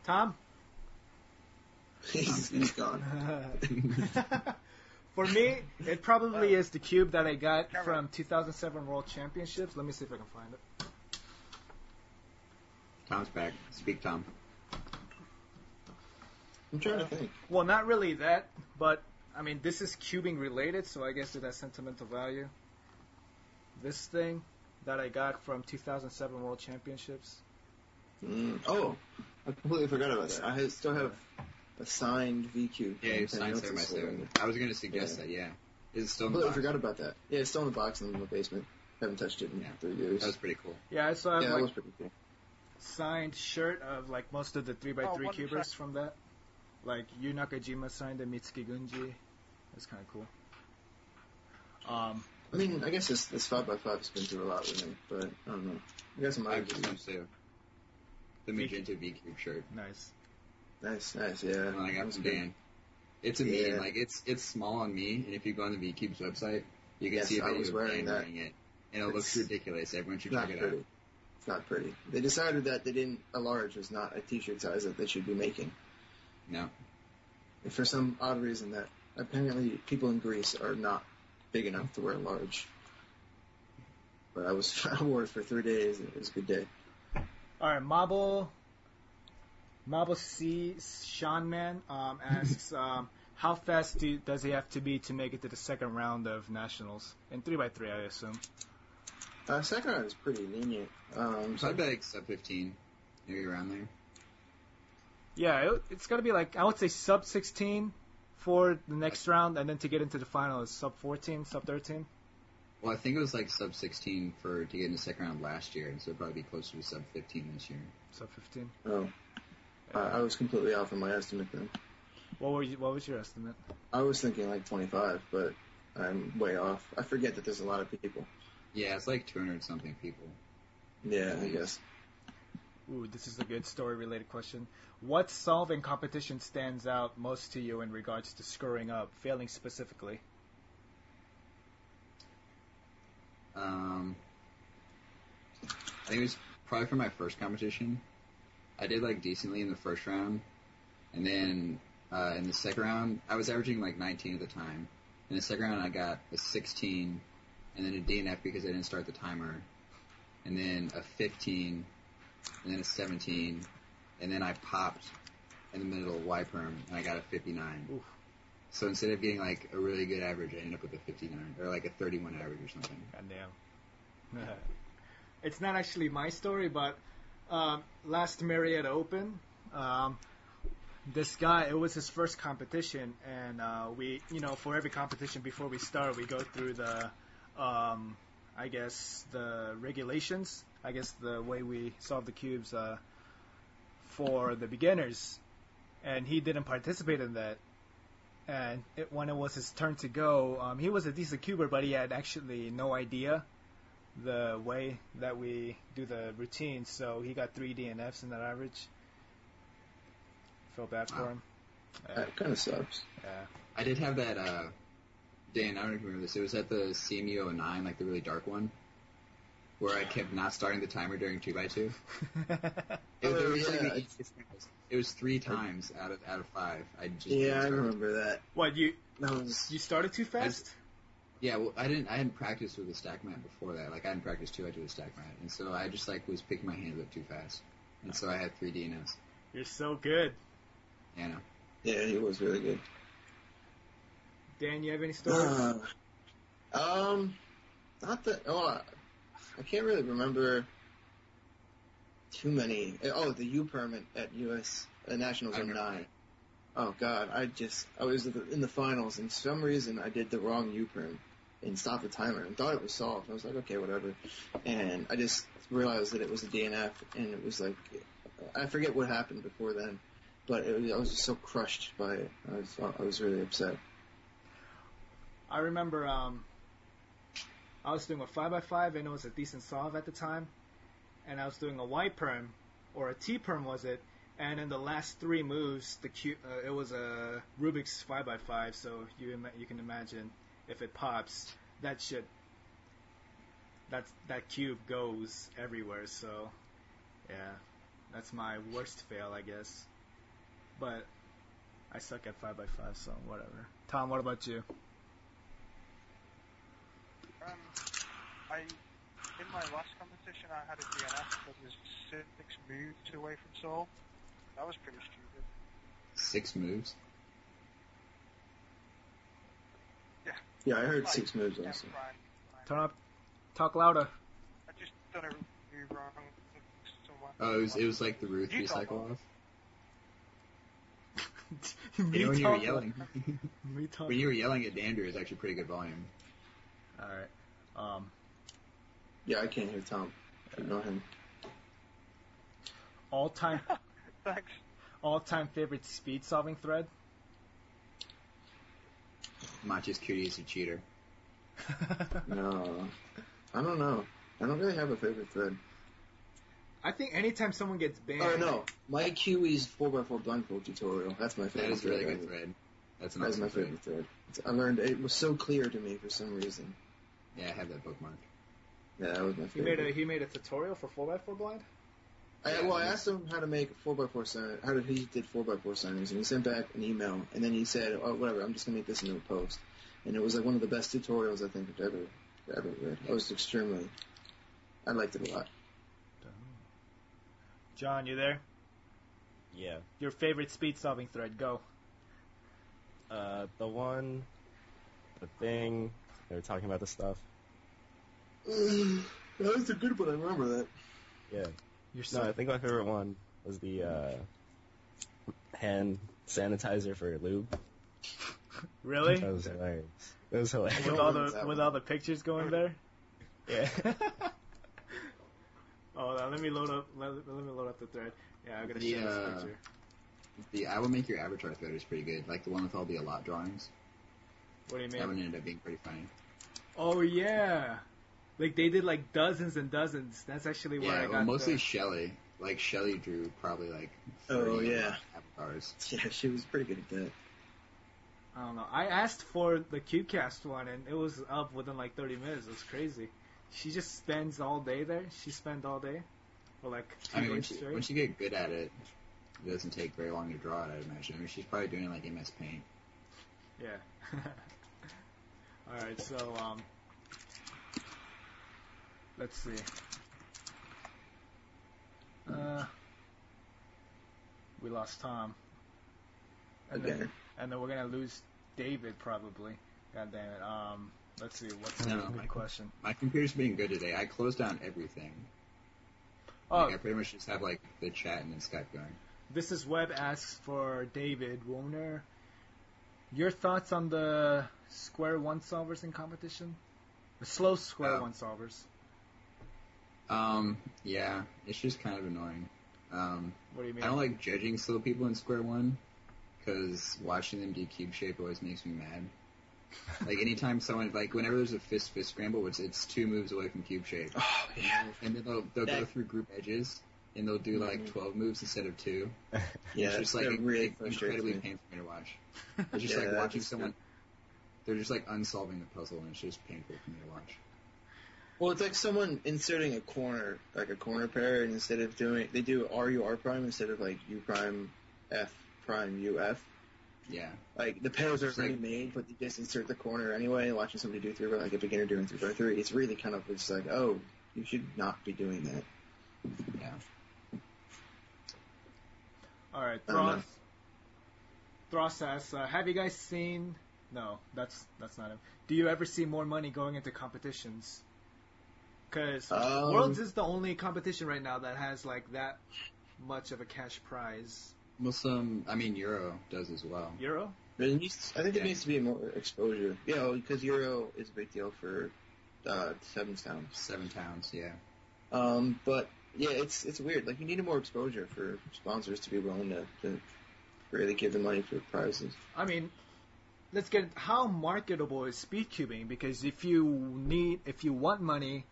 Tom? He's- he's gone. for me, it probably is the cube that I got from 2007 World Championships. Let me see if I can find it. Tom's back. Speak, Tom. I'm trying Uh, to think. Well, not really that, but I mean, this is cubing related, so I guess it has sentimental value. This thing that I got from 2007 World Championships. Mm, oh, I completely forgot about that. I still have a signed VQ. Yeah, you signed Sarah by Sarah. I was going to suggest Yeah. that, yeah. Is it still in the But I box? forgot about that. Yeah, it's still in the box in the basement. Haven't touched it in Yeah. three years. That was pretty cool. Yeah, I still yeah, have that Uh, like was pretty cool. signed shirt of like most of the three by Oh, three one cubers sec. from that. Like Yu Nakajima signed the Mitsuki Gunji. That's kind of cool. Um, I mean, I guess this this five by five has been through a lot with me, but I don't know. I got some I other have just used to the magenta V Cube shirt. nice. Nice, nice, yeah. And I got Oh, That's from good. Dan. It's a meme. Yeah. Like it's it's small on me, and if you go on the V Cube's website, you can Yes, see a I video was of Dan wearing that. wearing it, and it looks It's ridiculous. Everyone should It's not check it out. pretty. It's not pretty. They decided that they didn't a large was not a t-shirt size that they should be making. No. And for some odd reason, that apparently people in Greece are not big enough to wear a large. But I was I wore it for three days. It was a good day. All right, Mabo. Mabo C. Sean Man um, asks, um, how fast do, does he have to be to make it to the second round of nationals in three by three? I assume. Uh, second round is pretty lenient. Um, So I bet it's sub 15, maybe around there. Yeah, it, it's got to be like I would say sub 16 for the next round, and then to get into the final is sub 14, sub 13. Well, I think it was like sub 16 for to get in the second round last year, and so it'd probably be closer to sub 15 this year. Sub 15. oh, uh, I was completely off on my estimate then. What were you, what was your estimate? I was thinking like 25, but I'm way off. I forget that there's a lot of people. Yeah, it's like 200 something people. Yeah, I guess. Ooh, this is a good story related question. What solving competition stands out most to you in regards to screwing up, failing specifically? Um, I think it was probably for my first competition. I did like decently in the first round, and then uh, in the second round, I was averaging like 19 at the time. In the second round, I got a 16, and then a DNF because I didn't start the timer, and then a 15, and then a 17, and then I popped in the middle of Y perm and I got a 59. Oof. So instead of getting like a really good average, I ended up with a 59 or like a 31 average or something. Goddamn. it's not actually my story, but um, last Marietta Open, um, this guy, it was his first competition, and uh, we, you know, for every competition before we start, we go through the, um, I guess, the regulations. I guess the way we solve the cubes uh, for the beginners, and he didn't participate in that. And it, when it was his turn to go, um, he was a decent cuber, but he had actually no idea the way that we do the routine. So he got three DNFs in that average. Feel bad for him. Uh, That kind of sucks. I did have that, uh, Dan, I don't know if you remember this. It was at the CMU 09, like the really dark one, where I kept not starting the timer during 2x2. It, was- it Oh, was like yeah. the easiest thing. It was three times out of out of five. I just Yeah, I didn't start. remember that. what you That was you started too fast? Yeah, well, I didn't. I hadn't practiced with a stack mat before that. Like I hadn't practiced two. I did a stack mat, and so I just like was picking my hands up too fast, and so I had three DNFs. You're so good, You know, yeah, he was really good. Dan. You have any stories? Uh, um, not that. Oh, I- I can't really remember too many. Oh, the U permit at U.S. Uh, Nationals I on remember nine. Oh God, I just I was at the- in the finals and for some reason I did the wrong U perm and stopped the timer and thought it was solved. I was like, okay, whatever. And I just realized that it was a DNF and it was like I forget what happened before then, but it was, I was just so crushed by it. I was I was really upset. I remember um, I was doing a 5x5 and it was a decent solve at the time. And I was doing a Y perm, or a T perm was it? And in the last three moves, the Q, uh, it was a Rubik's 5x5, so you Im- you can imagine if it pops, that shit, that that cube goes everywhere. So, yeah, that's my worst fail, I guess. But I suck at 5x5, so whatever. Tom, what about you? Um, I in my last competition I had a DNF that was six moves away from Seoul. That was pretty stupid. six moves. Yeah, I heard six moves also. Yeah, Brian, Brian. Turn up. Talk louder. I just done a move wrong. somewhere. Oh, Oh, it was it was like the Ruth You recycle don't. off. Even when you were yelling. Me when talking. you were yelling at Dander is actually pretty good volume. All right. Um, Yeah, I can't hear Tom. Ignore him. all time, Thanks. all time favorite speed solving thread. Machi's cutie is a cheater. No. I don't know. I don't really have a favorite thread. I think anytime someone gets banned. Oh no, my Kiwi's 4x4 blindfold tutorial. That's my favorite. That is a really thread. good thread. That's an That's awesome my thread. favorite thread. It's- I learned it was so clear to me for some reason. Yeah, I have that bookmark. Yeah, that was my He made favorite. a he made a tutorial for four x four blind. I, well, I asked him how to make four by four sign. How did he did four by four signers, and he sent back an email, and then he said, "Oh, whatever, I'm just gonna make this into a post." And it was like one of the best tutorials I think I've ever ever read. It was extremely. I liked it a lot. John, you there? Yeah. Your favorite speed solving thread? Go. Uh, the one, the thing, they were talking about the stuff. that was a good one. I remember that. Yeah. Your No, I son. think my favorite one was the uh, hand sanitizer for lube. Really? That was hilarious. That was hilarious. with don't all know the that with one. all the pictures going there. Yeah. Hold on, Oh, let me load up. Let, let me load up the thread. Yeah, I'm gonna The, share this uh, picture. The I will make your avatar thread is pretty good. Like the one with all the lot drawings. What do you That one mean? ended up being pretty funny. Oh yeah, like they did like dozens and dozens. That's actually where Yeah, I well, got mostly the- Shelley. Like Shelley drew probably like. Oh, 30 yeah. avatars. Yeah, she was pretty good at that. I don't know. I asked for the QCast one, and it was up within like 30 minutes. It was crazy. She just spends all day there. She spent all day for like two I mean, days once you, straight. once you get good at it, it doesn't take very long to draw it. I'd imagine. I mean, she's probably doing like MS Paint. Yeah. all right. So um, let's see. Uh, we lost Tom. And then, Again. and then we're gonna lose David probably. God damn it. Um, let's see. What's No, another I- good question? My computer's being good today. I closed down everything. Oh, Like, I pretty much just have like the chat and then Skype going. This is Web asks for David Woner. Your thoughts on the square one solvers in competition? The slow square Oh. one solvers. Um, yeah, it's just kind of annoying. Um, What do you mean? I don't like judging slow people in Square One because watching them do cube shape always makes me mad. Like anytime someone like whenever there's a fist fist scramble, which it's two moves away from cube shape, Oh yeah, and then they'll they'll go That- through group edges and they'll do like twelve moves instead of two. yeah. Mm-hmm. it's just like that really it's frustrates incredibly me. painful for me to watch. It's just Yeah, like that watching is- someone. They're just like unsolving the puzzle, and it's just painful for me to watch. Well, it's like someone inserting a corner, like a corner pair, and instead of doing, they do R U R prime instead of like U prime F prime U F. Yeah, Like the pairs are It's already like- made, but you just insert the corner anyway. Watching somebody do three by like a beginner doing three by three, it's really kind of just like, oh, you should not be doing that. yeah. All right, I don't Thros. Thros asks, uh, have you guys seen? No, that's that's not him. Do you ever see more money going into competitions? Because Um, Worlds is the only competition right now that has like that much of a cash prize. Well, some I mean Euro does as well. Euro? But it needs, I think there Yeah. needs to be more exposure. Yeah, because Euro is a big deal for uh, seven towns. Seven towns, yeah. Um, but yeah, it's it's weird. Like you need more exposure for sponsors to be willing to, to really give the money for prizes. I mean, let's get how marketable is speed cubing because if you need if you want money,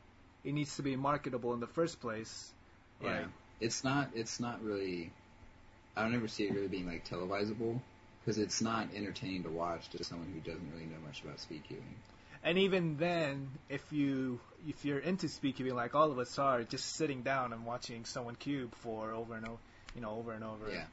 it needs to be marketable in the first place. Yeah. Like, It's not. It's not really. I don't ever see it really being like televisable because it's not entertaining to watch to someone who doesn't really know much about speed cubing. and even then, if you if you're into speed cubing like all of us are, just sitting down and watching someone cube for over and over, you know, over and over. Yeah.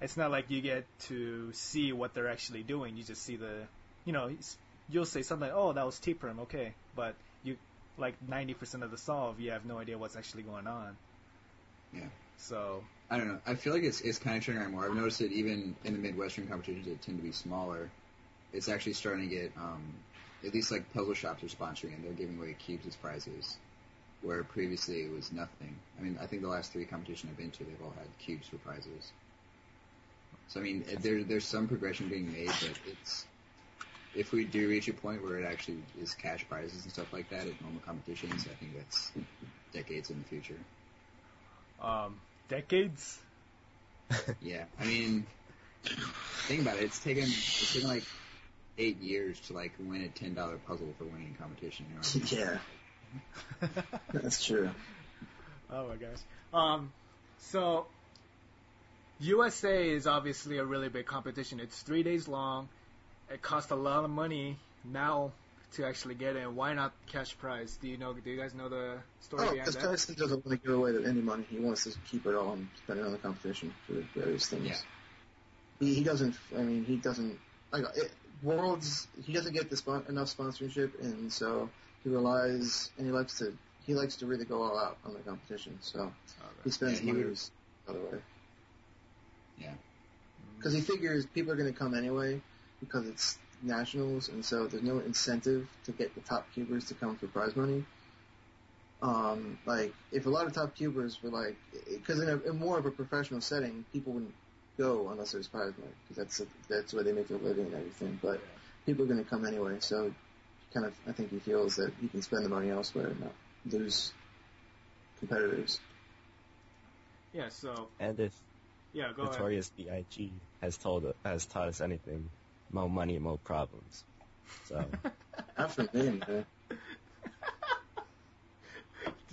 It's not like you get to see what they're actually doing. You just see the, you know, s- you'll say something, oh, that was T perm, okay, but you like 90% of the solve, you have no idea what's actually going on. Yeah. So I don't know. I feel like it's it's kind of turning around more. I've noticed that even in the midwestern competitions that tend to be smaller, it's actually starting to get um, at least like puzzle shops are sponsoring and they're giving away cubes as prizes, where previously it was nothing. I mean, I think the last three competitions I've been to, they've all had cubes for prizes. So I mean, there there's some progression being made, but it's if we do reach a point where it actually is cash prizes and stuff like that at normal competitions, I think that's decades in the future. Um, decades. Yeah, I mean, think about it. It's taken it's taken like eight years to like win a ten dollar puzzle for winning a competition. You know what I mean? yeah, that's true. Oh my gosh. Um, so USA is obviously a really big competition. It's three days long. It costs a lot of money now to actually get in. Why not cash prize? Do you know? Do you guys know the story Oh, behind because that? Tyson doesn't want to give away any money. He wants to keep it all and spend it on the competition for various things. Yeah. He, he doesn't. I mean, he doesn't. Like it, worlds, he doesn't get the spon- enough sponsorship, and so he relies and he likes to. He likes to really go all out on the competition, so he spends Yeah, he money would- his other way. Yeah. Because he figures people are going to come anyway because it's nationals, and so there's no incentive to get the top cubers to come for prize money. Um, like if a lot of top cubers were like, because in, a- in more of a professional setting, people wouldn't go unless there's prize money because that's that's where they make their living and everything. But people are going to come anyway, so he kind of I think he feels that he can spend the money elsewhere and not lose competitors. Yeah. So And if yeah, go ahead. Notorious B.I.G. has told has taught us anything, more money, more problems. So Not for me, man.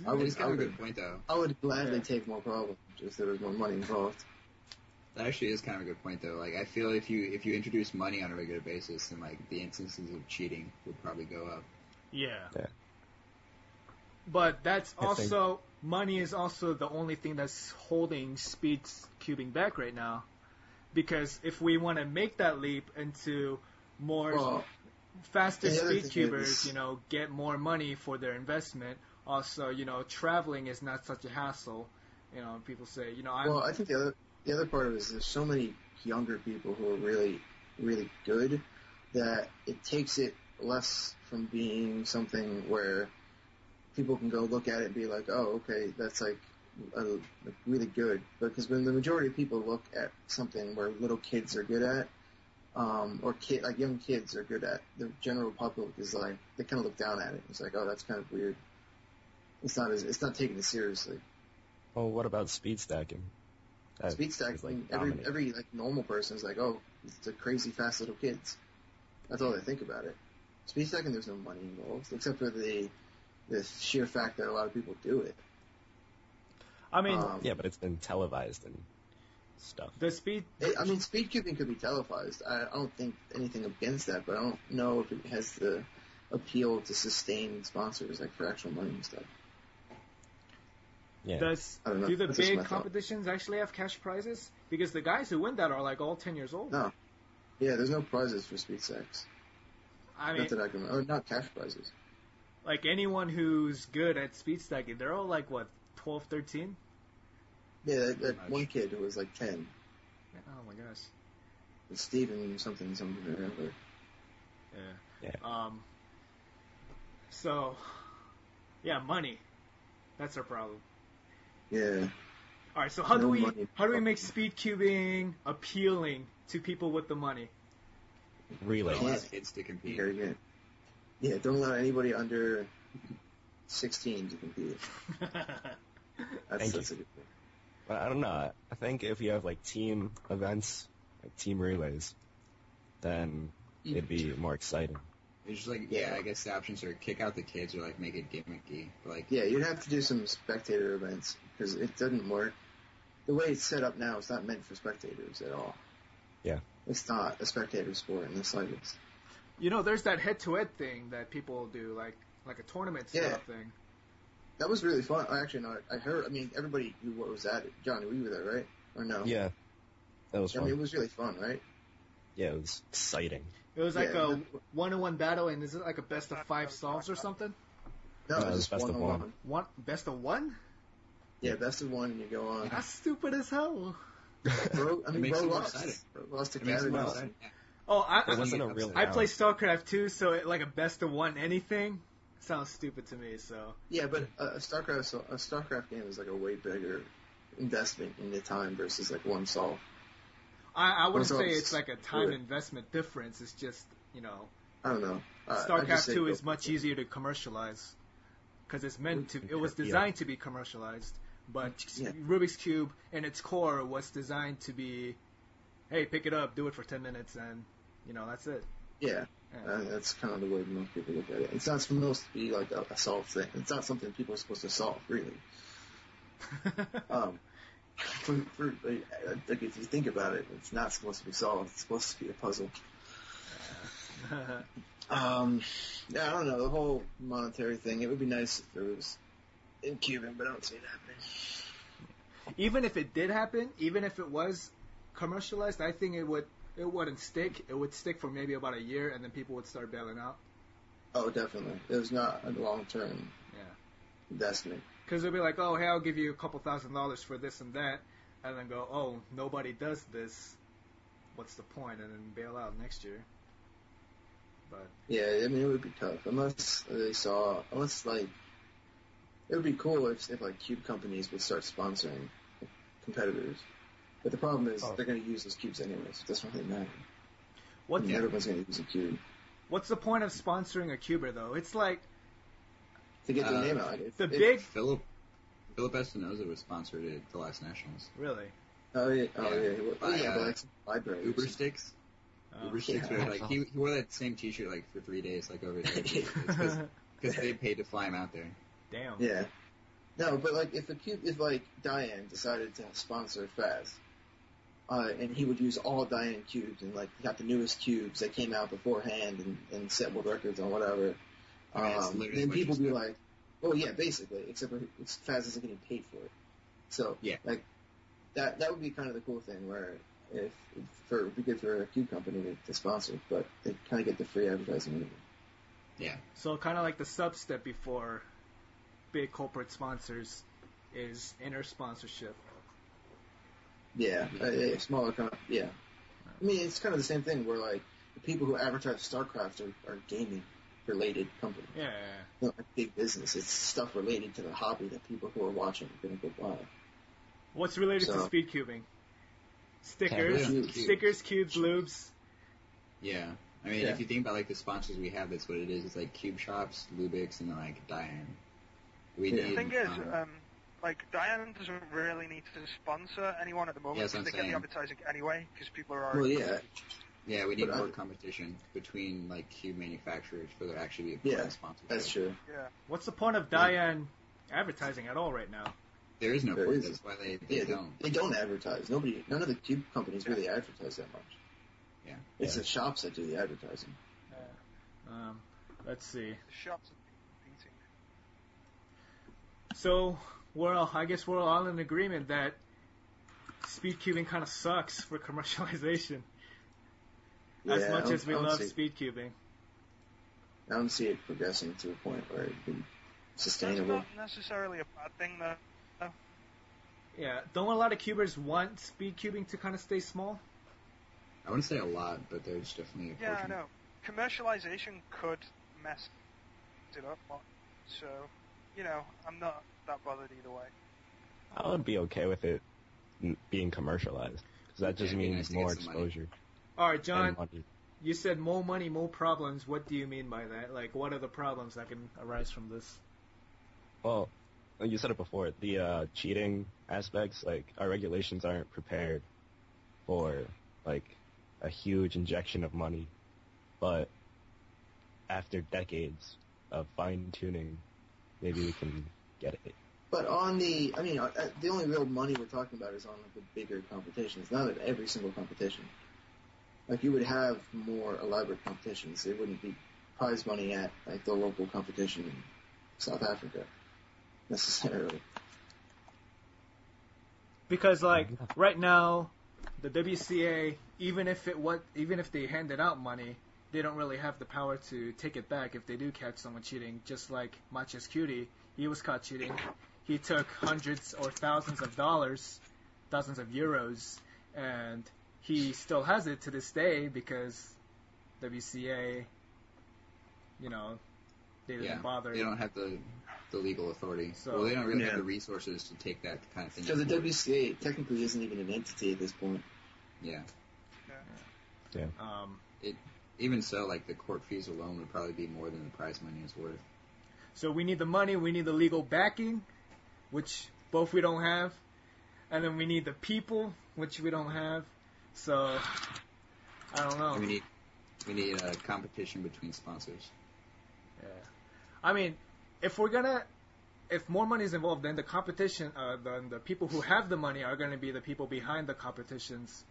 I He's was I got a would good point though. I would gladly Yeah. take more problems if there was more money involved. That actually is kind of a good point though. Like I feel if you if you introduce money on a regular basis, then like the instances of cheating would probably go up. Yeah. Yeah. But that's I think- also money is also the only thing that's holding speeds cubing back right now, because if we want to make that leap into more Well, faster the other speed thing cubers, is- you know, get more money for their investment. Also, you know, traveling is not such a hassle. You know, people say, you know, I'm well, I think the other the other part of it is there's so many younger people who are really really good that it takes it less from being something where people can go look at it and be like, oh, okay, that's like a, like really good. Because when the majority of people look at something where little kids are good at, um, or kid like young kids are good at, the general public is like they kind of look down at it. It's like, oh, that's kind of weird. It's not as it's not taken as seriously. Well, what about speed stacking? That Speed is, stack. like, every dominant. every like normal person is like, oh, it's the crazy fast little kids. That's all they think about it. Speed stacking, there's no money involved except for the the sheer fact that a lot of people do it. I mean, um, Yeah, but it's been televised and stuff. the speed. It, I mean, speed cubing could be televised. I, I don't think anything against that, but I don't know if it has the appeal to sustain sponsors like for actual money and stuff. Yeah. Does I don't know. do the That's just my big thought. competitions actually have cash prizes? Because the guys who win that are like all ten years old. No. Yeah, there's no prizes for speed stacks. I mean, not that I can, or not cash prizes. like anyone who's good at speed stacking, they're all like what 12, 13? Yeah, that, Pretty that much. one kid who was like ten, Oh my gosh. Steven something something. I remember. Yeah. Um. So, yeah, money. That's our problem. Yeah. All right. So how do No we money. how do we make speed cubing appealing to people with the money? Relay. Don't allow kids to be compete. very good. Yeah, don't allow anybody under 16 to compete. That's, Thank that's a good thing. But I don't know. I think if you have like team events, like team relays, then it'd be more exciting. It's just like yeah, I guess the options are kick out the kids or like make it gimmicky. But, like Yeah, you'd have to do some spectator events because it doesn't work. The way it's set up now, it's not meant for spectators at all. Yeah. It's not a spectator sport in the slightest. You know, there's that head to head thing that people do, like like a tournament style Yeah. thing. That was really fun. I actually not. I heard. I mean, everybody who was at it. Johnny, were you there, right? Or no? Yeah. That was I mean, it fun. was really fun, right? Yeah, it was exciting. It was like Yeah. a one on one battle, and is it like a best of five solves or something? No, No, it it was was just best one of on one. one. One best of one? Yeah, best of one, and you go on. That's stupid as hell. Bro, I It mean, makes Bro it more lost. exciting. Bro lost to It makes it more Canada. exciting. Yeah. Oh, I, It I, wasn't a real. I round. play StarCraft 2, so it, like a best of one anything sounds stupid to me. So Yeah, but a a StarCraft so- a StarCraft game is like a way bigger investment in the time versus like one solve. I, I wouldn't What's up? say it's like a time Yeah. investment difference. It's just you know, I don't know. Uh, I just StarCraft say Two go is for much it. easier to commercialize because it's meant to. It was Yeah. designed to be commercialized, but Yeah. Rubik's Cube in its core was designed to be, hey, pick it up, do it for ten minutes, and you know that's it. Yeah, Yeah. uh, that's kind of the way most people look at it. It's not supposed to be like a, a solved thing. It's not something people are supposed to solve, really. Um, for, for, like, uh, like, if you think about it, it's not supposed to be solved. It's supposed to be a puzzle. Um, yeah, I don't know the whole monetary thing. It would be nice if it was in Cuban, but I don't see it happening. even if it did happen, even if it was commercialized, I think it would it wouldn't stick. It would stick for maybe about a year, and then people would start bailing out. Oh, definitely. It was not a long term Yeah. investment. Because they'll be like, oh, hey, I'll give you a couple thousand dollars for this and that, and then go, oh, nobody does this. What's the point? And then bail out next year. Yeah, I mean it would be tough unless they saw unless like it would be cool if, if like cube companies would start sponsoring competitors. But the problem is Oh. they're going to use those cubes anyways. That's not really matter. I What mean, everyone's going to use a cube What's the point of sponsoring a cuber though? It's like to get their Uh, name out. It, the it- big Philip Philip Espinosa was sponsored at the last nationals. really. Oh yeah, oh yeah. yeah. By, yeah uh, but, like, library. or Uber something. sticks. Oh, Uh, Uber sticks. yeah. Were, like he, he wore that same T-shirt like for three days, like over there, because they paid to fly him out there. Damn. Yeah. No, but like if a cube, if like Diane decided to sponsor Faz, uh, and he would use all Diane cubes and like got the newest cubes that came out beforehand and, and set world records on whatever, I mean, it's um, literally then what you people be said. like, oh yeah, basically, except for it's, Faz isn't getting paid for it. So Yeah. like that that would be kind of the cool thing where if for it'd be good for a cube company to, to sponsor, but they kind of get the free advertising. anyway. So kind of like the sub step before big corporate sponsors is inner sponsorship. Yeah, uh, yeah, smaller kind of, yeah. I mean, it's kind of the same thing where like the people who advertise StarCraft are, are gaming related companies, Yeah. not a big business. It's stuff related to the hobby that people who are watching are going to go buy. What's related to So- speed cubing? Stickers, Yeah, really. stickers, cubes, lubes. Yeah. I mean, Yeah. if you think about like the sponsors we have, that's what it is. It's like Cube Shops, Lubix, and then like Diane. We Yeah. The need. thing is, um, um, like Diane doesn't really need to sponsor anyone at the moment Yes, I'm because they get the saying. advertising anyway because people are Well, already. yeah, yeah, we need uh, but I- more competition between like cube manufacturers for there to actually be a Yeah, yeah, sponsor. that's true. What's the point of Diane advertising at all right now? There is no There point. is. That's why they, they yeah, don't. They, they don't advertise. Nobody, none of the cube companies really advertise that much. Yeah. it's the shops that do the advertising. Um, let's see. The shops are competing. So we're all, I guess we're all in agreement that speed cubing kind of sucks for commercialization. as Yeah, I much don't- as we I don't love see, speed cubing, I don't see it progressing to a point where it'd be That's sustainable. not necessarily a bad thing though. yeah, don't a lot of cubers want speed cubing to kind of stay small? I wouldn't say a lot, but there's definitely a portion. Yeah, I know. Commercialization could mess it up, but- so you know, I'm not that bothered either way. I would be okay with it n- being commercialized because that just Yeah, it'd be nice means to more get some money. exposure. All right, John, and money. you said more money, more problems. What do you mean by that? Like, what are the problems that can arise from this? Well, like you said it before, the uh, cheating aspects, like our regulations aren't prepared for like a huge injection of money, but after decades of fine tuning, maybe we can get it. But on the, I mean, uh, uh, the only real money we're talking about is on the bigger competitions, not at every single competition. Like you would have more elaborate competitions. It wouldn't be prize money at like the local competition in South Africa necessarily. Because like right now, the WCA, even if it what even if they handed out money, they don't really have the power to take it back if they do catch someone cheating. Just like Machis Cutie, he was caught cheating. He took hundreds or thousands of dollars, thousands of euros, and he still has it to this day because WCA, you know, they didn't Yeah, bother. They don't have the the legal authority. So- well, they don't really Yeah. have the resources to take that kind of thing. So the forward. WCA technically isn't even an entity at this point. Yeah. Yeah. Um, Even so, like the court fees alone would probably be more than the prize money is worth. so we need the money, we need the legal backing, which both we don't have, and then we need the people, which we don't have. So I don't know. Oh. And we need we need a competition between sponsors. I mean, if we're gonna, if more money is involved, then the competition, uh, then the people who have the money are gonna be the people behind the competitions.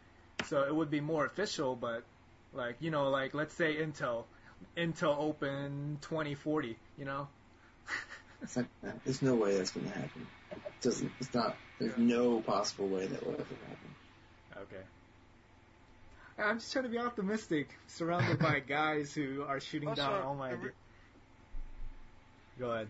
So it would be more official, but like you know, like let's say Intel, Intel Open 2040, you know. It's not, there's no way that's going to happen. It doesn't. It's not. There's no possible way that will ever happen. Okay. I'm just trying to be optimistic, surrounded by guys who are shooting Also, down all my. the re- Go ahead.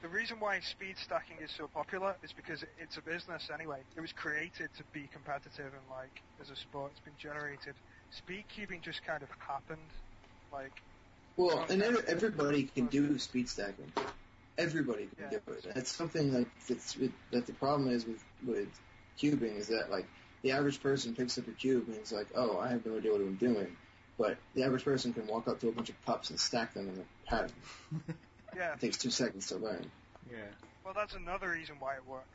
The reason why speed stacking is so popular is because it's a business anyway. It was created to be competitive and like as a sport, it's been generated. Speed cubing just kind of happened. Like Well, and ev- everybody can do speed stacking. Everybody can Yeah. do it. That's something like that's that the problem is with with cubing is that like the average person picks up a cube and it's like, oh, I have no idea what I'm doing. But the average person can walk up to a bunch of pups and stack them in a pattern. yeah, It takes two seconds to learn. Yeah. well that's another reason why it works.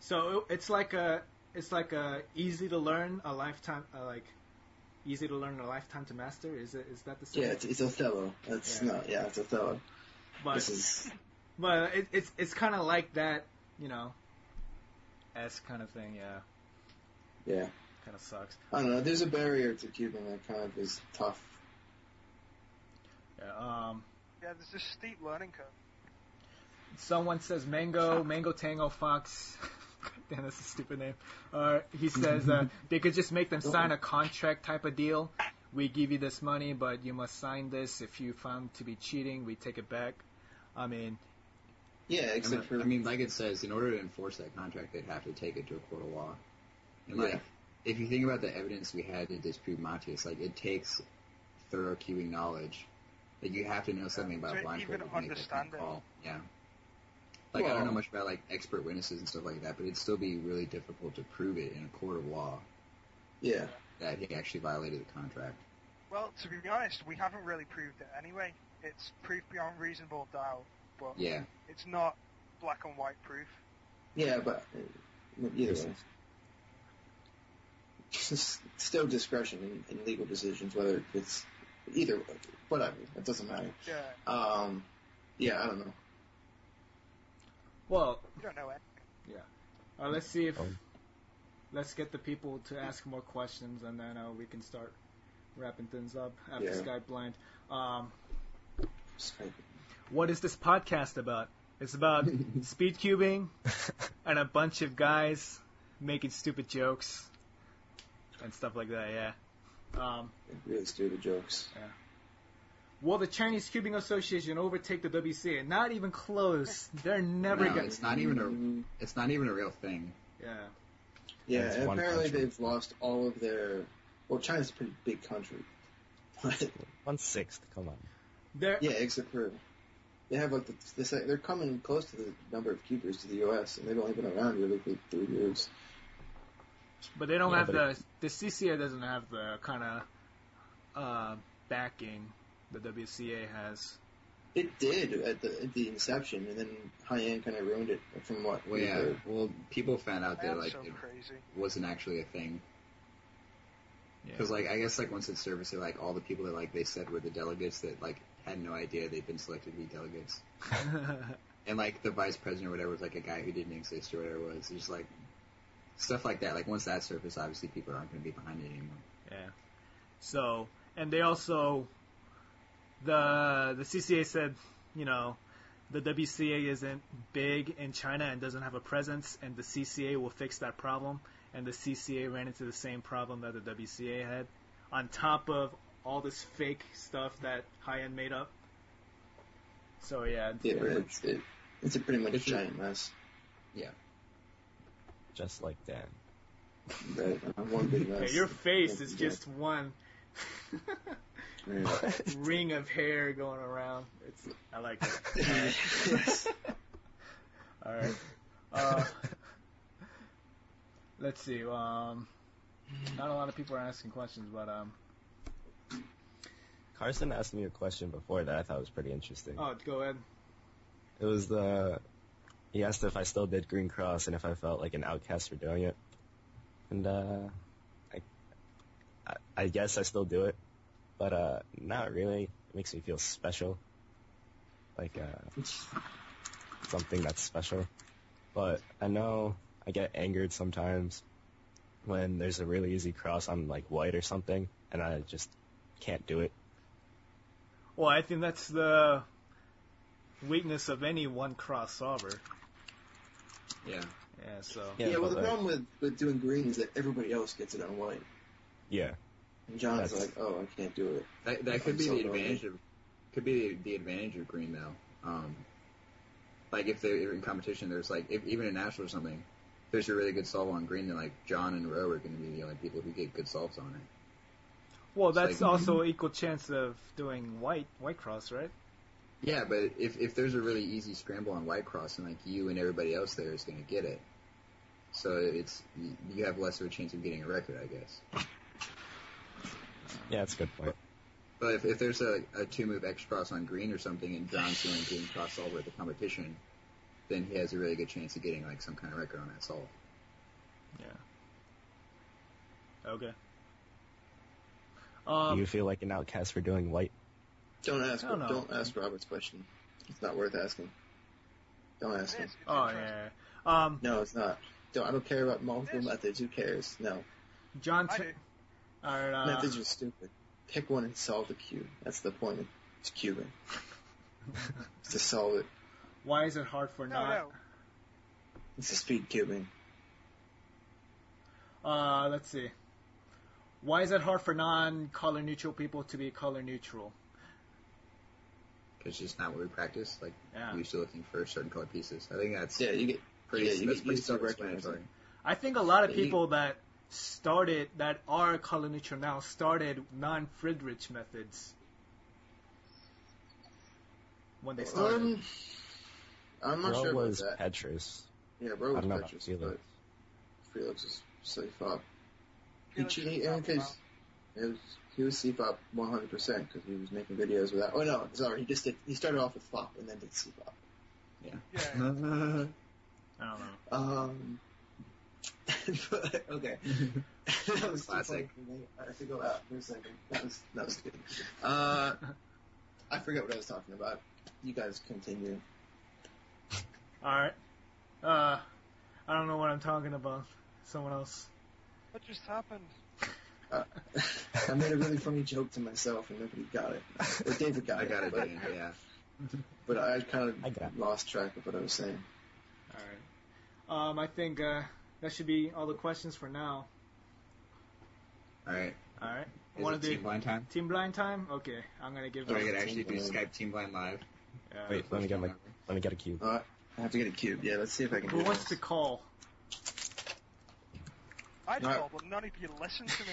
So it- it's like a it's like a easy to learn a lifetime uh, like easy to learn a lifetime to master. Is it is that the same? Yeah, it's, it's Othello. That's Yeah. not. Yeah, it's Othello. but This is but it, it's it's kind of like that you know S kind of thing. Yeah. Yeah. Kind of sucks. I don't know. There's a barrier to cubing that kind of is tough. Yeah. Um. Yeah, there's this steep learning curve. Someone says Mango Mango Tango Fox. Damn, that's a stupid name. Uh, he says uh, they could just make them sign a contract type of deal. We give you this money, but you must sign this. If you found to be cheating, we take it back. I mean, Yeah, I mean, except for I mean, like it says, in order to enforce that contract, they'd have to take it to a court of law. And like, Yeah. if you think about the evidence we had to disprove Montes, like it takes thorough cueing knowledge. Like you have to know something about To even blindfold to make that kind understand of it. call. Yeah. Like I don't know Well- much about like expert witnesses and stuff like that, but it'd still be really difficult to prove it in a court of law yeah, that he actually violated the contract. Well, to be honest, we haven't really proved it anyway. It's proof beyond reasonable doubt, but Yeah. it's not black and white proof. yeah, but uh, either way, Just still discretion in, in legal decisions, whether it's either whatever. It doesn't matter. Yeah, Um, yeah, I don't know. Well, you don't know it. uh, let's see if Um. let's get the people to ask more questions, and then uh, we can start wrapping things up after Yeah. Skype Blind. Um, Just like- what is this podcast about? It's about speed cubing and a bunch of guys making stupid jokes and stuff like that. Yeah. Um, really stupid jokes. will the Chinese Cubing Association overtake the WCA? Not even close. They're never No, gonna. it's not even a it's not even a real thing. Yeah. Yeah, That's and one apparently country. they've lost all of their. Well, China's a pretty big country, but One sixth. Come on. They're, yeah, except for they have like the, the se- they're coming close to the number of cubers to the U.S. and they've only been around really for three years. But they don't Yeah, have but the the CCA doesn't have the kind of uh, backing the WCA has. It did at the at the inception, and then Hyann kind of ruined it from what Well, we yeah. heard. Well, people found out I that am like so it crazy. wasn't actually a thing. Yeah. Because like I guess like once it's service, they're, like all the people that like they said were the delegates that like had no idea they'd been selected to be delegates, and like the vice president or whatever was like a guy who didn't exist or whatever it was. It's just like stuff like that. Like once that surfaced, obviously people aren't going to be behind it anymore. so and they also the the CCA said you know the WCA isn't big in China and doesn't have a presence, and the CCA will fix that problem. And the CCA ran into the same problem that the WCA had, on top of all this fake stuff that high end made up. So yeah, Yeah, but it's, it, it's a pretty much It's a- giant mess, Just like that. right? Uh, One big mess. Yeah, your face Yeah, is yeah. just one Yeah. ring of hair going around. It's I like Yes. it. All right. Uh, let's see. Um, Not a lot of people are asking questions, but um. Carson asked me a question before that I thought was pretty interesting. Oh, go ahead. It was the he asked if I still did Green Cross and if I felt like an outcast for doing it, and uh, I, I I guess I still do it, but uh, not really. It makes me feel special, like uh, something that's special. But I know I get angered sometimes when there's a really easy cross on like white or something, and I just can't do it. Well, I think that's the weakness of any one cross solver. Yeah. Yeah. So. Yeah, Yeah, well, but, the like- problem with, with doing green is that everybody else gets it on white. Yeah. And John's That's- like, oh, I can't do it. That, that could be So the do I. advantage of could be the, the advantage of green though. Um, like if they're in competition, there's like if, even in national or something, if there's a really good solve on green. Then like John and Roe are going to be the only people who get good solves on it. Well, It's like- that's also equal chance of doing white white cross, right? Yeah, but if if there's a really easy scramble on white cross, and like you and everybody else there is going to get it, so it's you- you have less of a chance of getting a record, I guess. Yeah, that's a good point. But if, if there's a, a two move X cross on green or something and John's doing green cross solver at the competition, then he has a really good chance of getting like some kind of record on that solve. Okay. do Um. you feel like an outcast for doing white? Don't ask. I don't know. Don't ask Robert's question. It's not worth asking. Don't ask him. It's- it's Oh interesting. yeah. yeah. Um. No, it's not. Don't, I don't care about multiple Yes. methods. Who cares? No, John. I T- do. or, uh, methods are stupid. Pick one and solve the cube. That's the point. of It's cubing. it's to solve it. why is it hard for No, not? no. It's to speed cubing. Uh, let's see. Why is it hard for non-color neutral people to be color neutral? It's just not what we practice. Like Yeah. we're usually looking for certain color pieces. I think that's Yeah, you get. pretty. yeah, you that's get pretty used to recognizing. self-explanatory. I think a lot of Yeah, you- people that started that are color neutral now started non-Friedrich methods when they started. Um, I'm not Roe sure about was that. Petrus. yeah, bro I was don't know about Petrus, Felix. but Felix is C-FOP. He Felix cheated is in talking case it was, he was C-FOP 100% because he was making videos without. Oh no, sorry, he just did. He started off with FOP and then did C-FOP. about- Yeah. I don't know. Um. but, okay. that was too Classic. funny for me. I have to go out for a second. That was that was good. Uh, I forget what I was talking about. You guys continue. All right. Uh, I don't know what I'm talking about. Someone else. What just happened? I made a really funny joke to myself and nobody got it. Or David got I it. got it. but, Dan, Yeah. but I kind of I got it. lost track of what I was saying. All right. Um, I think uh, that should be all the questions for now. All right. All right. Is Wanna it do- team blind time? Team blind time? Okay, I'm gonna give. Or I it- could Team actually do blind. Skype team blind live. yeah. Wait, let me get my First let me get a cube. I have to get a cube. Yeah, let's see if I can uh, Who do wants to this. call? I No. called, but none of you listened to me.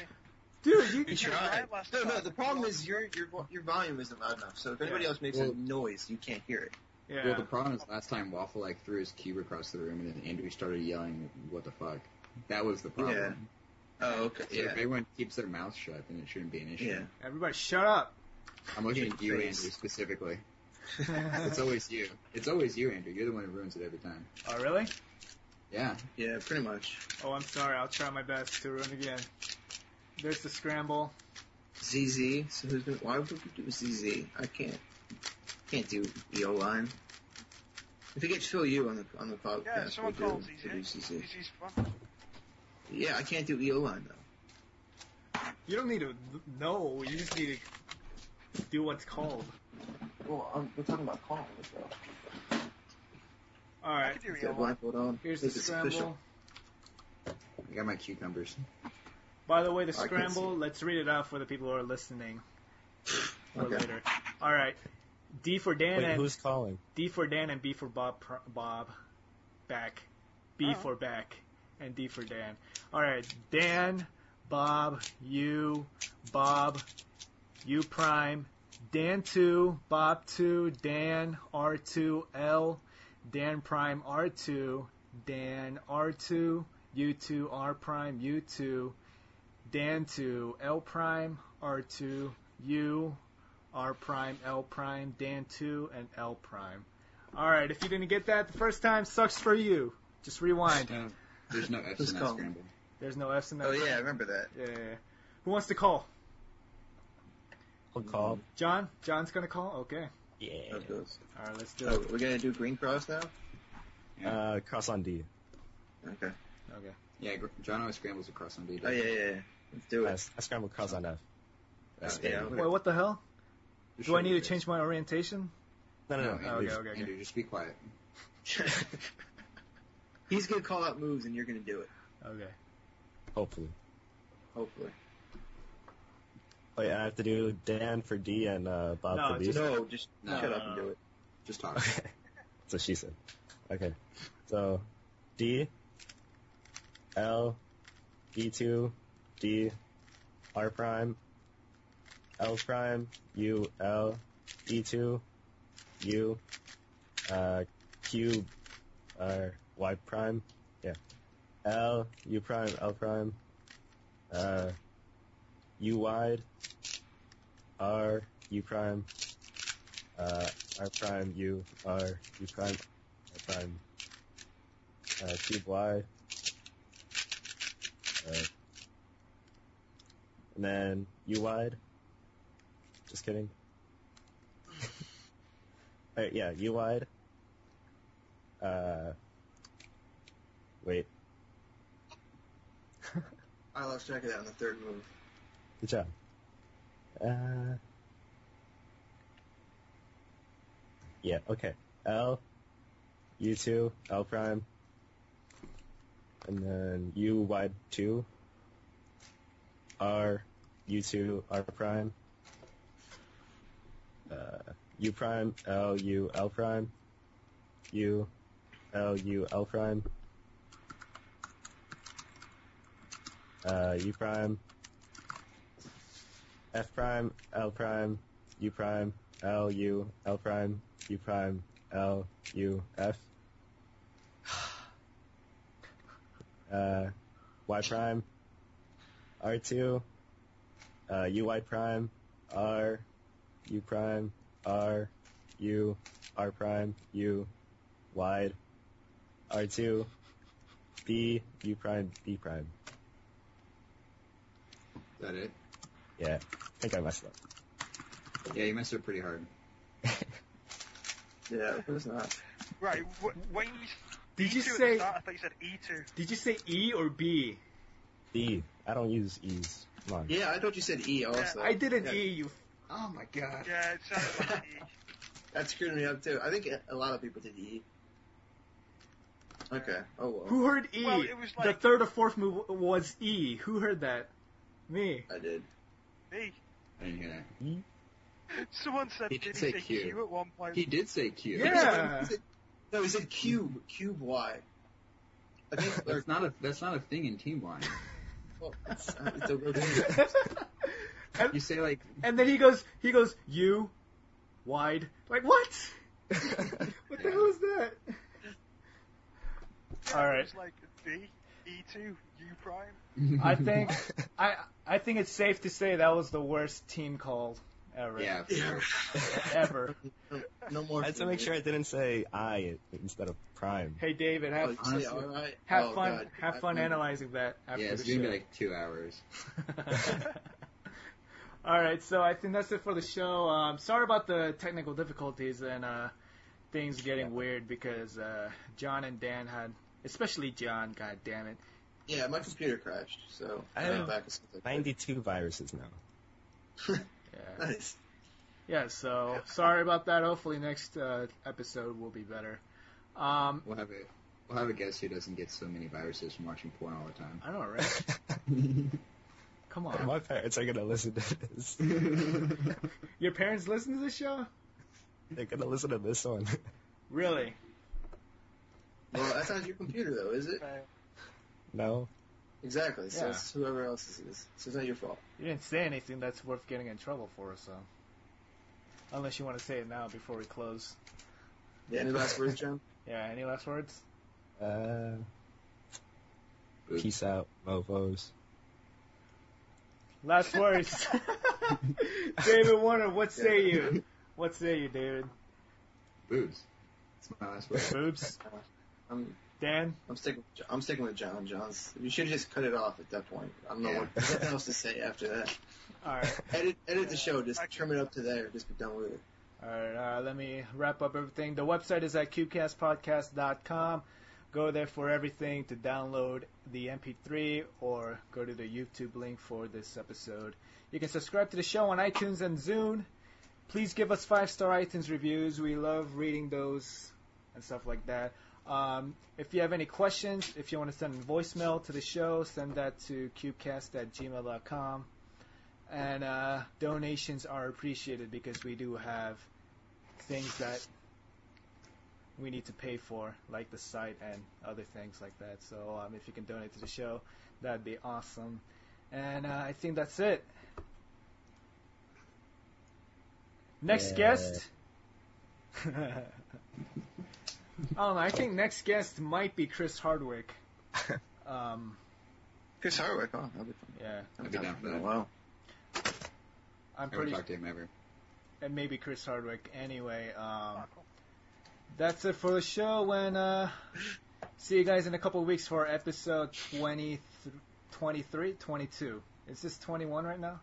Dude, you, You You tried tried. last No, no. time. The problem is your your vo- your volume isn't loud enough. So if anybody Yeah. else makes Well- a noise, you can't hear it. yeah. Well, the problem is last time Waffle like threw his cube across the room, and then Andrew started yelling, "What the fuck?" That was the problem. Oh, okay. So if everyone keeps their mouth shut, then it shouldn't be an issue. Yeah. Everybody, shut up. I'm looking at you, Face. Andrew, specifically. It's oh, always you. It's always you, Andrew. You're the one who ruins it every time. really? Yeah. Yeah, pretty much. Oh, I'm sorry. I'll try my best to run again. There's the scramble. ZZ. So who's gonna, why would we do ZZ? I can't. Can't do EO line. If we get Phil U on the on the podcast, Yeah, someone we'll called do, ZZ. we'll do ZZ. ZZ's fun. Yeah, I can't do EO line though. You don't need to know. You just need to do what's called. Well, um, we're talking about calling it though. All I right. could do E Get real one. blindfold on. Here's the This is scramble. official. I got my cucumbers. By the way, the I can't scramble. Let's read it out for the people who are listening for Okay. later. All right. D for Dan Wait, and who's calling? D for Dan and B for Bob. Pr- Bob, back. B Oh. for back, and D for Dan. All right, Dan, Bob, you, Bob, U prime, Dan two, Bob two, Dan R two L, Dan prime R two, Dan R two, U two R prime U two, Dan to L prime, R2, U, R prime, L prime, Dan 2, and L prime. Alright, if you didn't get that the first time, sucks for you. Just rewind. There's no F's Just in that call. scramble. There's no F's in that. Oh yeah, I remember that. Yeah, yeah, yeah. Who wants to call? I'll call. John? John's gonna call? Okay. Yeah. Of course. Alright, let's do Oh, it. we're gonna do Green Cross now. Uh, cross on D. Okay. Yeah, Gr- John always scrambles across on D. Oh yeah, yeah. yeah. Let's do I, it. s- I scramble cross on F. Uh, yeah. I'm gonna- Wait, what the hell? You Do I should need to do change my orientation? No, no, no. No, Oh, okay, okay, please. this. okay. Andrew, just be quiet. He's gonna call out moves, and you're gonna do it. Okay. Hopefully. Hopefully. Oh yeah, I have to do Dan for D and uh, Bob No, for B. just- No, just No, shut no, up and no. do it. Just talk. Okay. That's what she said. Okay. So D L D two D R prime L prime U L D two U uh Q R Y prime. Yeah. L U prime L prime uh U wide R U prime uh R prime U R U prime R prime uh, cube Y. Uh, and then U wide. Just kidding. Alright, yeah, U wide. Uh, wait, I lost track of that on the third move. good job. Uh, yeah, okay. L, U2, L prime, and then U wide 2, R, U2, R prime, uh, U prime, L, U, L prime, U, L, U, L prime, uh, U prime, F prime, L prime, U prime, L, U, L prime, U prime, L, U, F. Uh, Y prime, R2, uh, UY prime, R, U prime, R, U, R prime, U, wide, R2, B, U prime, B prime. Is that it? Yeah, I think I messed up. Yeah, you messed up pretty hard. Yeah, it was not. Right, wh- when you Did E2 you at the say start, I thought you said E2. did you say E or B? D. I don't use E's. Come on. Yeah, I thought you said E also. I did an Yeah. E, you Oh my god. Yeah, it sounded like E. That screwed me up too. I think a lot of people did E. Okay. Oh well. Who heard E? Well, it was the like- third or fourth move w- was E. Who heard that? Me. I did. Me. I didn't hear Someone said, He did he say Q. at one that. point? He did say Q. Yeah. He said- No, he said cube. Cube Y. I think or, That's not a that's not a thing in team blind. well, it's, uh, it's a real thing. You say like and then he goes, he goes, you, wide. Like what? What the Yeah. hell is that? Yeah, All it right. was like B, E2, U prime. I think I I think it's safe to say that was the worst team call ever. Yeah, for sure. Ever. No more. I had to make sure I didn't say I instead of prime. Hey David, Oh, have you say all right? have Oh, fun God. have fun I- analyzing that after yeah, the it's show. gonna be like two hours. All right, so I think that's it for the show. Um, sorry about the technical difficulties and uh, things getting weird because uh, John and Dan had, especially John, god damn it. Yeah, my computer crashed, so I I'm have back. as something. 92 viruses now. Yeah, Nice. yeah so sorry about that. Hopefully next uh, episode will be better. Um, We'll have a we'll have a guest who doesn't get so many viruses from watching porn all the time. I don't know, right? Come on. My parents are gonna listen to this. Your parents listen to this show? They're gonna listen to this one. Really? Well, that's not your computer though, is it? Fail. No, Exactly. So Yeah. it's whoever else it is. So it's not your fault. You didn't say anything that's worth getting in trouble for, so. Unless you want to say it now before we close. Yeah. Any last words, John? Yeah, any last words? uh, Oops. peace out, mofos. Last words. David Warner, what say you? What say you, David? Boobs. That's my last word. Boobs? I'm Dan? I'm sticking with Jo- I'm sticking with John. John's you should just cut it off at that point. I'm not Yeah. what, there's nothing else to say after that. Alright. Edit edit the show. Just trim it up to there. Just be done with it. Alright, alright, uh, let me wrap up everything. The website is at cubecastpodcast.com. Go there for everything to download the MP3 or go to the YouTube link for this episode. You can subscribe to the show on iTunes and Zune. Please give us five star iTunes reviews. We love reading those and stuff like that. Um, if you have any questions, if you want to send a voicemail to the show, send that to cubecast at gmail.com. And uh, donations are appreciated because we do have things that we need to pay for, like the site and other things like that. So um, if you can donate to the show, that'd be awesome. And uh, I think that's it. Next Yeah. guest. I don't know. Um, I think next guest might be Chris Hardwick. Um, Chris Hardwick. Oh, that'll be fun. yeah, I've I'd be down for that. Wow. I'm I haven't pretty. talked to him ever. and maybe Chris Hardwick. Anyway, um, Ah, cool. that's it for the show. And uh, see you guys in a couple of weeks for episode 20, 23, 22. Is this 21 right now?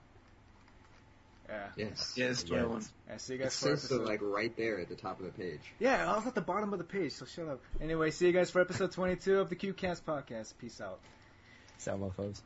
Yeah. Yes. Yeah, it's Yeah. 21. And see you It guys for says so, episode. like right there at the top of the page. yeah, I was at the bottom of the page, so shut up. Anyway, see you guys for episode 22 of the QCast podcast. Peace out. Sound my phones.